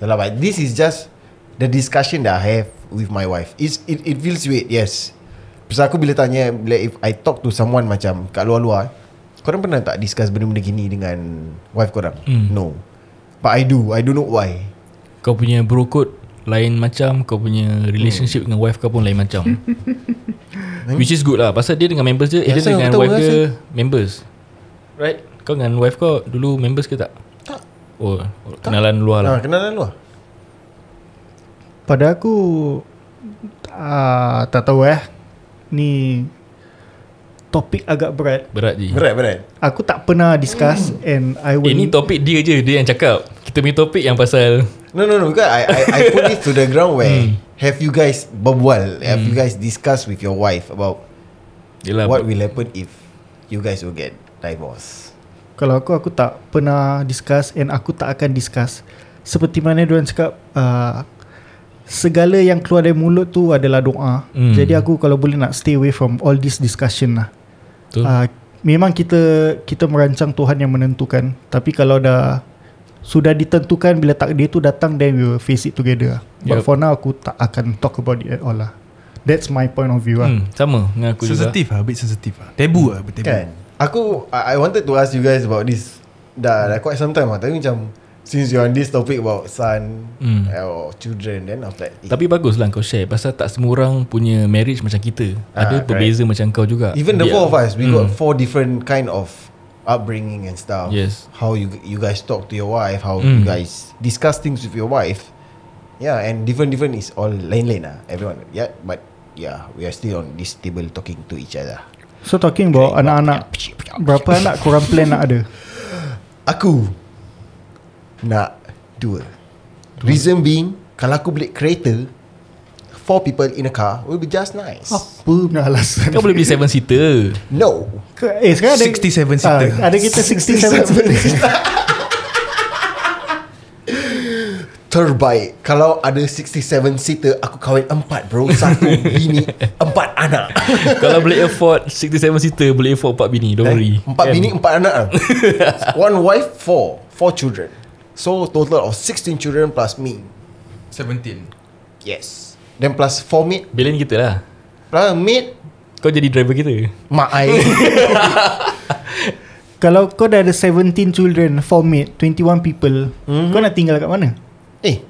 Speaker 4: Yalah, But this is just The discussion that I have With my wife It's, it, it feels weird Yes Pasal aku bila tanya bila If I talk to someone Macam kat luar-luar Korang pernah tak discuss Benda-benda gini dengan Wife korang mm. No But I do I don't know why
Speaker 3: Kau punya bro code lain macam, kau punya relationship dengan wife kau pun lain
Speaker 4: *laughs*
Speaker 3: macam. Which is good lah. Pasal dia dengan members dia, eh, dia
Speaker 4: Rasa
Speaker 3: dengan
Speaker 4: betul,
Speaker 3: wife
Speaker 4: rasa.
Speaker 3: dia members. Right? Kau dengan wife kau dulu members ke tak?
Speaker 4: Tak.
Speaker 3: Oh, kenalan luar lah.
Speaker 4: ha, Kenalan luar
Speaker 5: Pada aku uh, Tak tahu eh Ni Topik agak berat
Speaker 3: Berat je.
Speaker 4: Berat berat
Speaker 5: Aku tak pernah discuss And I will
Speaker 3: Eh, ni topik dia je, dia yang cakap. Kita punya topik yang pasal
Speaker 4: No no no Because I I, I put it to the ground Where Have you guys Berbual Have you guys discuss With your wife About
Speaker 3: Yelah,
Speaker 4: What will happen if you guys will get divorced?
Speaker 5: Kalau aku aku tak pernah discuss and aku tak akan discuss. Seperti mana diorang cakap uh, segala yang keluar dari mulut tu adalah doa.
Speaker 3: Hmm.
Speaker 5: Mm. Jadi aku kalau boleh nak stay away from all this discussion lah.
Speaker 3: Betul.
Speaker 5: Uh, memang kita kita merancang Tuhan yang menentukan. Tapi kalau dah sudah ditentukan bila takdir tu datang then we will face it together. lah.
Speaker 3: Yup.
Speaker 5: But for now aku tak akan talk about it at all lah. That's my point of view lah.
Speaker 3: hmm, sama dengan aku juga.
Speaker 2: Sensitif lah A bit sensitif lah Tabu lah tabu.
Speaker 4: Kan? Aku, I, I wanted to ask you guys about this dah, dah quite some time lah. Tapi macam, since you're on this topic about son
Speaker 3: Hmm.
Speaker 4: eh, or children, then I was like, eh,
Speaker 3: Tapi baguslah kau share Pasal tak semua orang punya marriage macam kita
Speaker 4: Ah,
Speaker 3: Ada
Speaker 4: correct.
Speaker 3: berbeza macam kau juga
Speaker 4: even the
Speaker 3: Dia-
Speaker 4: four of us, we
Speaker 3: Hmm.
Speaker 4: got four different kind of upbringing and stuff.
Speaker 3: Yes. Hmm.
Speaker 4: How you you guys talk to your wife, how you guys discuss things with your wife. Yeah, and different different is all lain-lain lah. Everyone, yeah, but yeah, we are still on this table talking to each other.
Speaker 5: So talking about anak-anak berapa anak korang plan nak ada?
Speaker 4: Aku Nak Dua Reason being Kalau aku beli kereta Four people in a car Will be just nice
Speaker 5: Apa punya alasan?
Speaker 3: Kau boleh beli seven seater
Speaker 4: No
Speaker 5: Ke- Eh sekarang ada
Speaker 2: 67 seater.
Speaker 5: Ah, Ada kita 67 seater
Speaker 4: Terbaik Kalau ada 67 seater Aku kahwin empat bro Satu bini Empat anak
Speaker 3: Kalau boleh afford 67 seater Boleh afford 4 bini Don't worry
Speaker 4: Eh,
Speaker 3: Kan?
Speaker 4: Empat bini Empat anak lah. *laughs* One wife Four Four children So total of 16 children plus me
Speaker 2: 17
Speaker 4: Yes Then plus four maid
Speaker 3: Billion kita lah
Speaker 4: Plus maid
Speaker 3: Kau jadi driver kita
Speaker 4: Mak I
Speaker 5: Kalau kau dah ada 17 children For mate 21 people mm-hmm. Kau nak tinggal kat mana?
Speaker 4: *laughs* Eh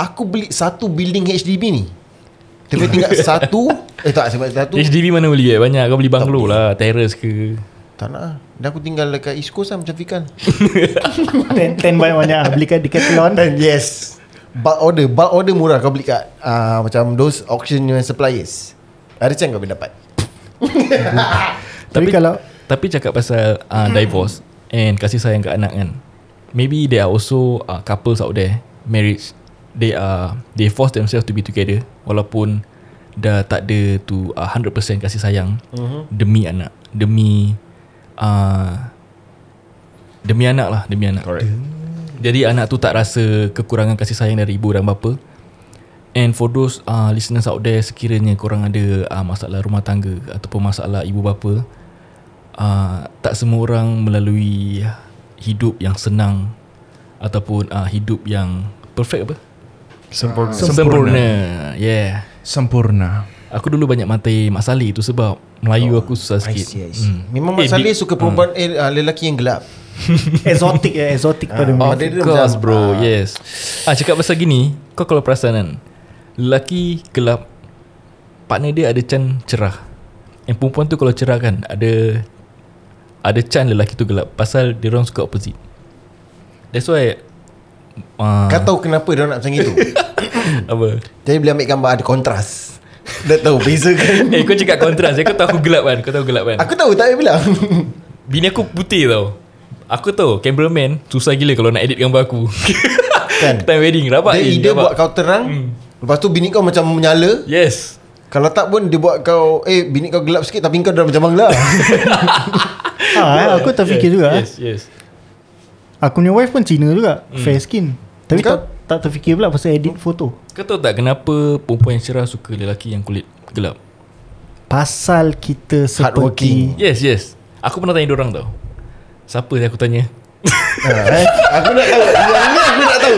Speaker 4: Aku beli satu building HDB ni Tapi *laughs* tinggal satu Eh tak sebab satu
Speaker 3: HDB mana boleh eh? Banyak kau beli bungalow lah Terrace ke
Speaker 4: Tak nak lah Dan aku tinggal dekat East Coast lah macam Fikal
Speaker 5: Ten, ten banyak-banyak ah. Beli kat Decathlon
Speaker 4: Dan *laughs* yes Bulk order Bulk order murah kau beli kat uh, Macam those auction and suppliers Ada chance kau boleh dapat
Speaker 5: Tapi kalau
Speaker 3: Tapi cakap pasal uh,
Speaker 4: Hmm.
Speaker 3: divorce And kasih sayang ke anak kan Maybe there are also uh, couples out there Marriage They are They force themselves to be together Walaupun Dah tak ada to uh, 100% kasih sayang uh-huh.
Speaker 4: Mhm.
Speaker 3: Demi anak Demi uh, Demi anak lah Demi anak Correct. Jadi anak tu tak rasa Kekurangan kasih sayang dari ibu dan bapa And for those uh, listeners out there Sekiranya korang ada uh, Masalah rumah tangga Ataupun masalah ibu bapa uh, tak semua orang melalui hidup yang senang ataupun uh, hidup yang perfect apa? Ah,
Speaker 2: Sempurna
Speaker 3: Sempurna. Yeah.
Speaker 2: Sempurna
Speaker 3: Aku dulu banyak mati Mak Saleh tu sebab Melayu aku susah
Speaker 4: Oh, I
Speaker 3: sikit.
Speaker 4: see, I see. Memang Mak Saleh suka perempuan eh, uh, Lelaki yang gelap
Speaker 5: Exotic ya Exotic pada
Speaker 4: Oh,
Speaker 5: mate
Speaker 4: dia-
Speaker 3: Of course bro Yes Ah Cakap pasal gini Kau kalau perasan kan Lelaki gelap partner dia ada can cerah. Yang perempuan tu kalau cerah kan ada ada can lelaki tu gelap pasal dia orang suka opposite. That's why uh,
Speaker 4: Kau tahu kenapa dia nak macam *laughs* itu
Speaker 3: *coughs* apa?
Speaker 4: Jadi bila ambil gambar ada *laughs* kontras Dah tahu beza kan
Speaker 3: Eh kau cakap kontras eh, Kau tahu aku gelap kan Kau tahu gelap kan
Speaker 4: *laughs* Aku tahu tak payah *laughs* bilang
Speaker 3: Bini aku putih tau Aku tahu Cameraman Susah gila kalau nak edit gambar aku *laughs*
Speaker 4: Kan.
Speaker 3: Time wedding Rapat
Speaker 4: Dia
Speaker 3: eh,
Speaker 4: ide
Speaker 3: rapat.
Speaker 4: buat kau terang hmm. Lepas tu bini kau macam menyala
Speaker 3: Yes
Speaker 4: Kalau tak pun dia buat kau Eh bini kau gelap sikit Tapi kau dah macam bangla *laughs*
Speaker 5: ha, Aku terfikir
Speaker 3: yes,
Speaker 5: juga
Speaker 4: eh.
Speaker 5: yes.
Speaker 3: Yes yes
Speaker 5: Aku punya wife pun Cina juga mm. Fair skin Tapi
Speaker 4: Kau-
Speaker 5: tak, tak terfikir pula Pasal edit foto
Speaker 3: Kau tahu tak kenapa Perempuan yang cerah Suka lelaki yang kulit gelap
Speaker 5: Pasal kita
Speaker 4: Hardworking.
Speaker 5: seperti
Speaker 3: Yes yes Aku pernah tanya orang tau Siapa yang aku tanya
Speaker 4: ha, eh? Aku nak tahu Yang ni aku nak tahu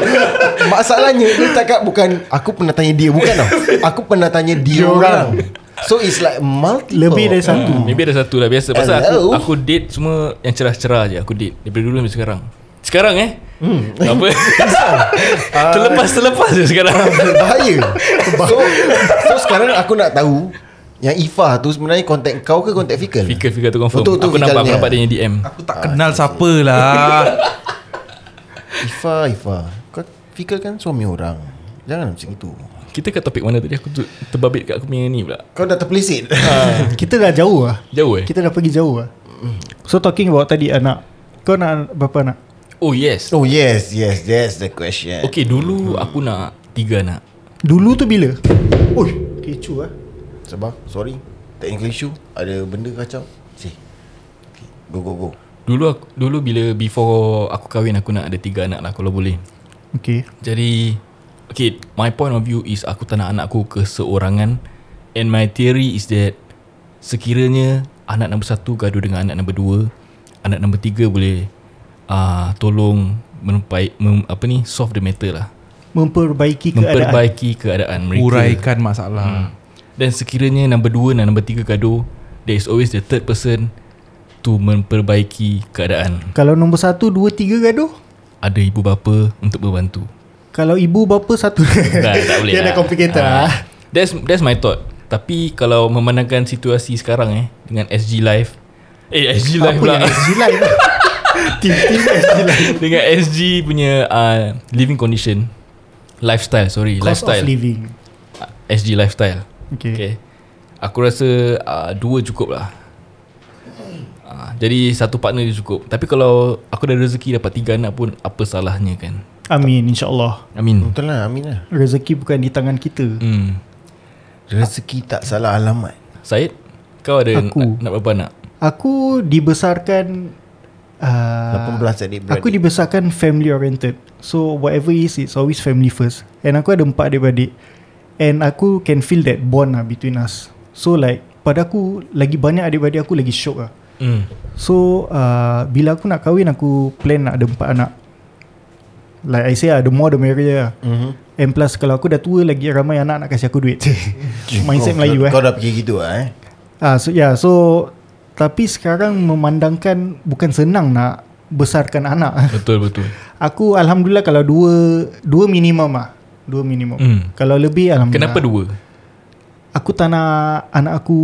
Speaker 4: Masalahnya Dia cakap bukan Aku pernah tanya dia Bukan tau Aku pernah tanya dia orang So it's like multiple
Speaker 5: Lebih dari satu
Speaker 3: Maybe ada satu lah Biasa Pasal
Speaker 4: Hello.
Speaker 3: aku, aku date semua Yang cerah-cerah je Aku date Daripada dulu sampai sekarang Sekarang eh hmm. Apa Terlepas-terlepas je
Speaker 4: Ah.
Speaker 3: sekarang
Speaker 4: Bahaya so, so sekarang aku nak tahu Yang Ifah tu sebenarnya Kontak kau ke kontak Fikal
Speaker 3: Fikir fikir tu confirm
Speaker 4: Betul eh. tu
Speaker 3: Aku nampak
Speaker 4: Fikalnya.
Speaker 3: nampak dia yang DM
Speaker 2: Aku tak
Speaker 4: Ah,
Speaker 2: kenal siapa
Speaker 4: *laughs*
Speaker 2: lah
Speaker 4: Ifah Ifah Kau Fikal kan suami orang Jangan macam itu
Speaker 3: Kita kat topik mana tadi Aku tu- terbabit kat aku punya ni pula
Speaker 4: Kau dah terpeleset
Speaker 3: Ah.
Speaker 5: Kita dah jauh lah
Speaker 3: Jauh eh
Speaker 5: Kita dah pergi jauh lah So talking about tadi anak Kau nak berapa anak?
Speaker 3: Oh yes
Speaker 4: *laughs* Oh yes Yes that's the question
Speaker 3: Okay dulu aku nak Tiga anak
Speaker 5: Dulu tu bila? Ui Kecu lah
Speaker 4: Sabar Sorry Technical issue Ada benda kacau Sih okay. Go go go
Speaker 3: Dulu aku, dulu bila Before aku kahwin Aku nak ada tiga anak lah Kalau boleh
Speaker 5: Okay
Speaker 3: Jadi Okay My point of view is Aku tak nak anak aku Keseorangan And my theory is that Sekiranya Anak nombor satu Gaduh dengan anak nombor dua Anak nombor tiga boleh uh, Tolong Menempai mem, Apa ni Solve the matter lah
Speaker 5: Memperbaiki keadaan
Speaker 3: Memperbaiki keadaan mereka
Speaker 2: Uraikan masalah
Speaker 3: Dan sekiranya Nombor dua dan nombor tiga gaduh There is always the third person To memperbaiki keadaan
Speaker 5: Kalau nombor satu, dua, tiga gaduh
Speaker 3: Ada ibu bapa Untuk membantu
Speaker 5: Kalau ibu bapa
Speaker 3: *laughs*
Speaker 5: satu
Speaker 3: Dah, tak boleh
Speaker 5: *laughs* Dia dah
Speaker 3: lah.
Speaker 5: complicated
Speaker 3: Ah.
Speaker 5: lah
Speaker 3: That's that's my thought. Tapi kalau memandangkan situasi sekarang eh dengan SG Live eh SG Live
Speaker 5: Apa
Speaker 3: pula *laughs*
Speaker 5: yang SG Live Tiba-tiba SG Live
Speaker 3: dengan SG punya uh, living condition lifestyle sorry
Speaker 5: Cost of
Speaker 3: lifestyle
Speaker 5: living
Speaker 3: Ah, SG lifestyle.
Speaker 5: Okay.
Speaker 3: okay. Aku rasa uh, dua cukup lah. Uh, jadi satu partner dia cukup. Tapi kalau aku dah rezeki dapat tiga anak pun apa salahnya kan?
Speaker 5: Amin insyaAllah
Speaker 3: I mean.
Speaker 4: Betul lah Amin lah
Speaker 5: Rezeki bukan di tangan kita
Speaker 3: Hmm.
Speaker 4: Rezeki tak salah alamat
Speaker 3: Said, kau ada
Speaker 5: Aku.
Speaker 3: nak, nak berapa anak?
Speaker 5: Aku dibesarkan
Speaker 4: Ah.
Speaker 5: uh,
Speaker 4: 18 adik beradik
Speaker 5: Aku dibesarkan family oriented So whatever is It's always family first And aku ada empat adik-adik And aku can feel that bond lah Between us So like Pada aku Lagi banyak adik-adik aku Lagi syok lah
Speaker 3: Hmm.
Speaker 5: So uh, Bila aku nak kahwin Aku plan nak ada empat anak Like I say lah The more the merrier lah mm-hmm. And plus Kalau aku dah tua Lagi ramai anak Nak kasih aku duit
Speaker 4: Kau-
Speaker 5: Mindset
Speaker 4: kau,
Speaker 5: Melayu eh
Speaker 4: Kau dah fikir gitu lah eh
Speaker 5: Ah, so, yeah, so tapi sekarang memandangkan bukan senang nak besarkan anak. *laughs*
Speaker 3: Betul betul.
Speaker 5: Aku alhamdulillah kalau dua dua minimum ah. Dua minimum.
Speaker 3: Hmm.
Speaker 5: Kalau lebih alhamdulillah.
Speaker 3: Kenapa dua?
Speaker 5: Aku tak nak anak aku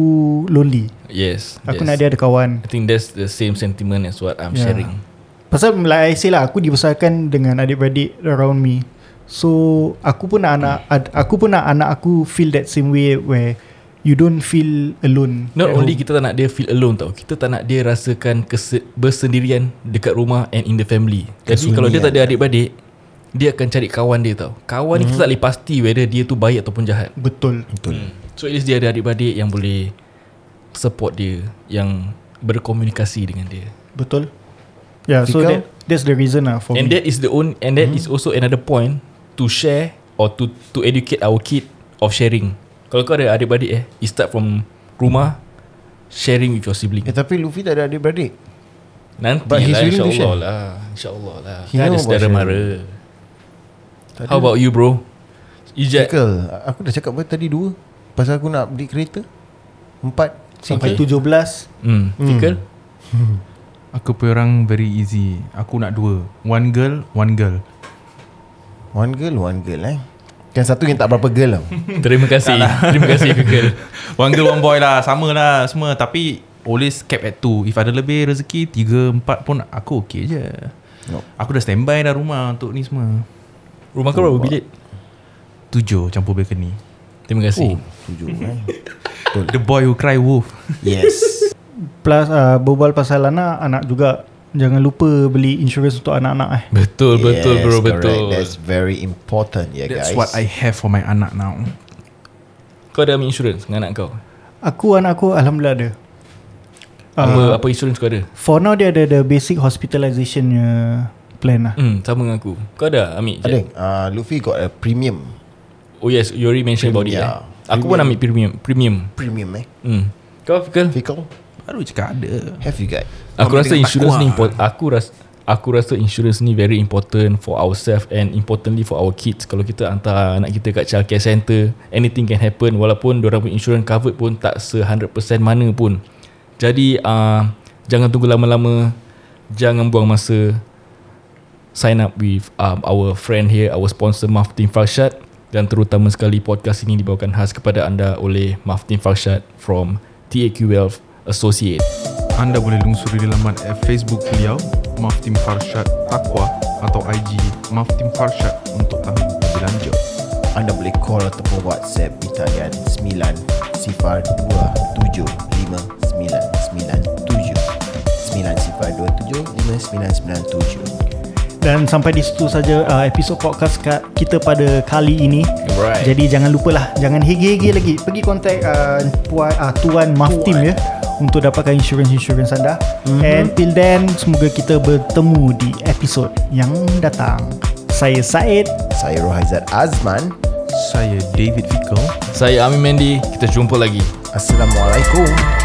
Speaker 5: lonely.
Speaker 3: Yes.
Speaker 5: Aku
Speaker 3: yes.
Speaker 5: nak dia ada kawan.
Speaker 3: I think that's the same sentiment as what I'm yeah.
Speaker 5: Yeah.
Speaker 3: sharing.
Speaker 5: Pasal like I say lah aku dibesarkan dengan adik-beradik around me. So aku pun nak anak ad, aku pun nak anak aku feel that same way where you don't feel alone.
Speaker 3: Not
Speaker 5: at
Speaker 3: only
Speaker 5: home.
Speaker 3: kita tak nak dia feel alone tau. Kita tak nak dia rasakan kese- bersendirian dekat rumah and in the family. Jadi kalau dia tak ada adik-beradik, dia akan cari kawan dia tau. Kawan ni
Speaker 5: Mhm.
Speaker 3: kita tak boleh pasti whether dia tu baik ataupun jahat.
Speaker 5: betul.
Speaker 4: Hmm.
Speaker 3: So at least dia ada adik-beradik yang boleh support dia, yang berkomunikasi dengan dia.
Speaker 5: Betul. Yeah, so
Speaker 4: Fikal?
Speaker 5: that, that's the reason lah for
Speaker 3: And
Speaker 5: me.
Speaker 3: that is the own and
Speaker 4: Mm-hmm.
Speaker 3: that mm. is also another point to share or to to educate our kid of sharing. Kalau kau ada adik-beradik eh, you start from rumah sharing with your sibling.
Speaker 4: Eh tapi Luffy tak ada adik beradik
Speaker 3: Nanti
Speaker 4: but he's
Speaker 3: lah
Speaker 4: willing to
Speaker 3: insyaAllah
Speaker 4: share.
Speaker 3: lah InsyaAllah lah
Speaker 4: He
Speaker 3: Kan ada
Speaker 4: know about
Speaker 3: saudara
Speaker 4: sharing.
Speaker 3: mara How about you bro? Ijat
Speaker 4: Fikal Aku dah cakap apa tadi dua Pasal aku nak beli kereta Empat
Speaker 5: Sampai
Speaker 3: Okay.
Speaker 5: 17
Speaker 3: hmm.
Speaker 4: *laughs*
Speaker 3: Fikal
Speaker 2: Aku punya orang very easy Aku nak dua One girl One girl
Speaker 4: One girl One girl eh Yang satu yang tak berapa girl tau
Speaker 3: Terima kasih
Speaker 4: lah.
Speaker 3: *laughs* Terima kasih Fikul
Speaker 2: One girl one boy lah Sama lah semua Tapi Always cap at two If ada lebih rezeki Tiga empat pun Aku okay je
Speaker 4: Nope.
Speaker 2: Aku dah standby dah rumah Untuk ni semua
Speaker 3: Rumah kau berapa bilik?
Speaker 2: Tujuh campur balcony
Speaker 3: Terima kasih oh.
Speaker 4: *laughs* Tujuh eh
Speaker 2: The boy who cry wolf
Speaker 4: Yes
Speaker 5: Plus uh, berbual pasal anak Anak juga Jangan lupa beli insurans untuk anak-anak eh
Speaker 3: Betul betul
Speaker 4: Yes,
Speaker 3: bro
Speaker 4: correct.
Speaker 3: betul
Speaker 4: That's very important ya
Speaker 2: That's
Speaker 4: guys
Speaker 2: what I have for my anak now
Speaker 3: Kau ada ambil insurans dengan anak kau?
Speaker 5: Aku anak aku Alhamdulillah ada
Speaker 4: Ah.
Speaker 3: Apa
Speaker 5: uh,
Speaker 3: apa insurans kau ada?
Speaker 5: For now dia ada the basic hospitalisation punya plan lah
Speaker 3: Hmm, sama dengan aku Kau ada ambil
Speaker 4: Ada
Speaker 3: je?
Speaker 4: uh, Luffy got a premium
Speaker 3: Oh yes You already mentioned about it
Speaker 4: Yeah.
Speaker 3: eh? Aku pun ambil premium Premium
Speaker 4: Premium eh
Speaker 3: hmm. Kau Fikul?
Speaker 4: Fikal
Speaker 2: Baru cakap ada
Speaker 4: Have you got
Speaker 3: Aku
Speaker 2: Kau
Speaker 3: rasa
Speaker 2: mesti
Speaker 3: insurance
Speaker 2: tak
Speaker 3: ni
Speaker 2: kuat.
Speaker 3: import, Aku rasa Aku rasa insurance ni very important for ourselves and importantly for our kids. Kalau kita hantar anak kita kat childcare center, anything can happen walaupun diorang punya insurance covered pun tak se 100% mana pun. Jadi uh, jangan tunggu lama-lama, jangan buang masa. Sign up with um, our friend here, our sponsor Maftin Farshad dan terutama sekali podcast ini dibawakan khas kepada anda oleh Maftin Farshad from TAQ Wealth Associate.
Speaker 2: Anda boleh lungsuri laman eh, Facebook beliau Maftim Farshad Takwa Atau IG Maftim Farshad Untuk tahu lebih lanjut
Speaker 4: Anda boleh call ataupun WhatsApp Italian 9 sifar 2 7 5 9 9 7 9 sifar 2 7 5 9 9 7
Speaker 5: Dan sampai di situ saja uh, episod podcast kat kita pada kali ini.
Speaker 3: Right.
Speaker 5: Jadi jangan lupalah, jangan hege-hege lagi. Pergi kontak uh, puan, uh, Tuan Maftim ya untuk dapatkan insurans-insurans anda. Mm-hmm. And till then, semoga kita bertemu di episod yang datang. Saya Said.
Speaker 4: Saya Rohaizat Azman
Speaker 2: Saya David Fickle
Speaker 3: Saya Amin Mendy Kita jumpa lagi
Speaker 4: Assalamualaikum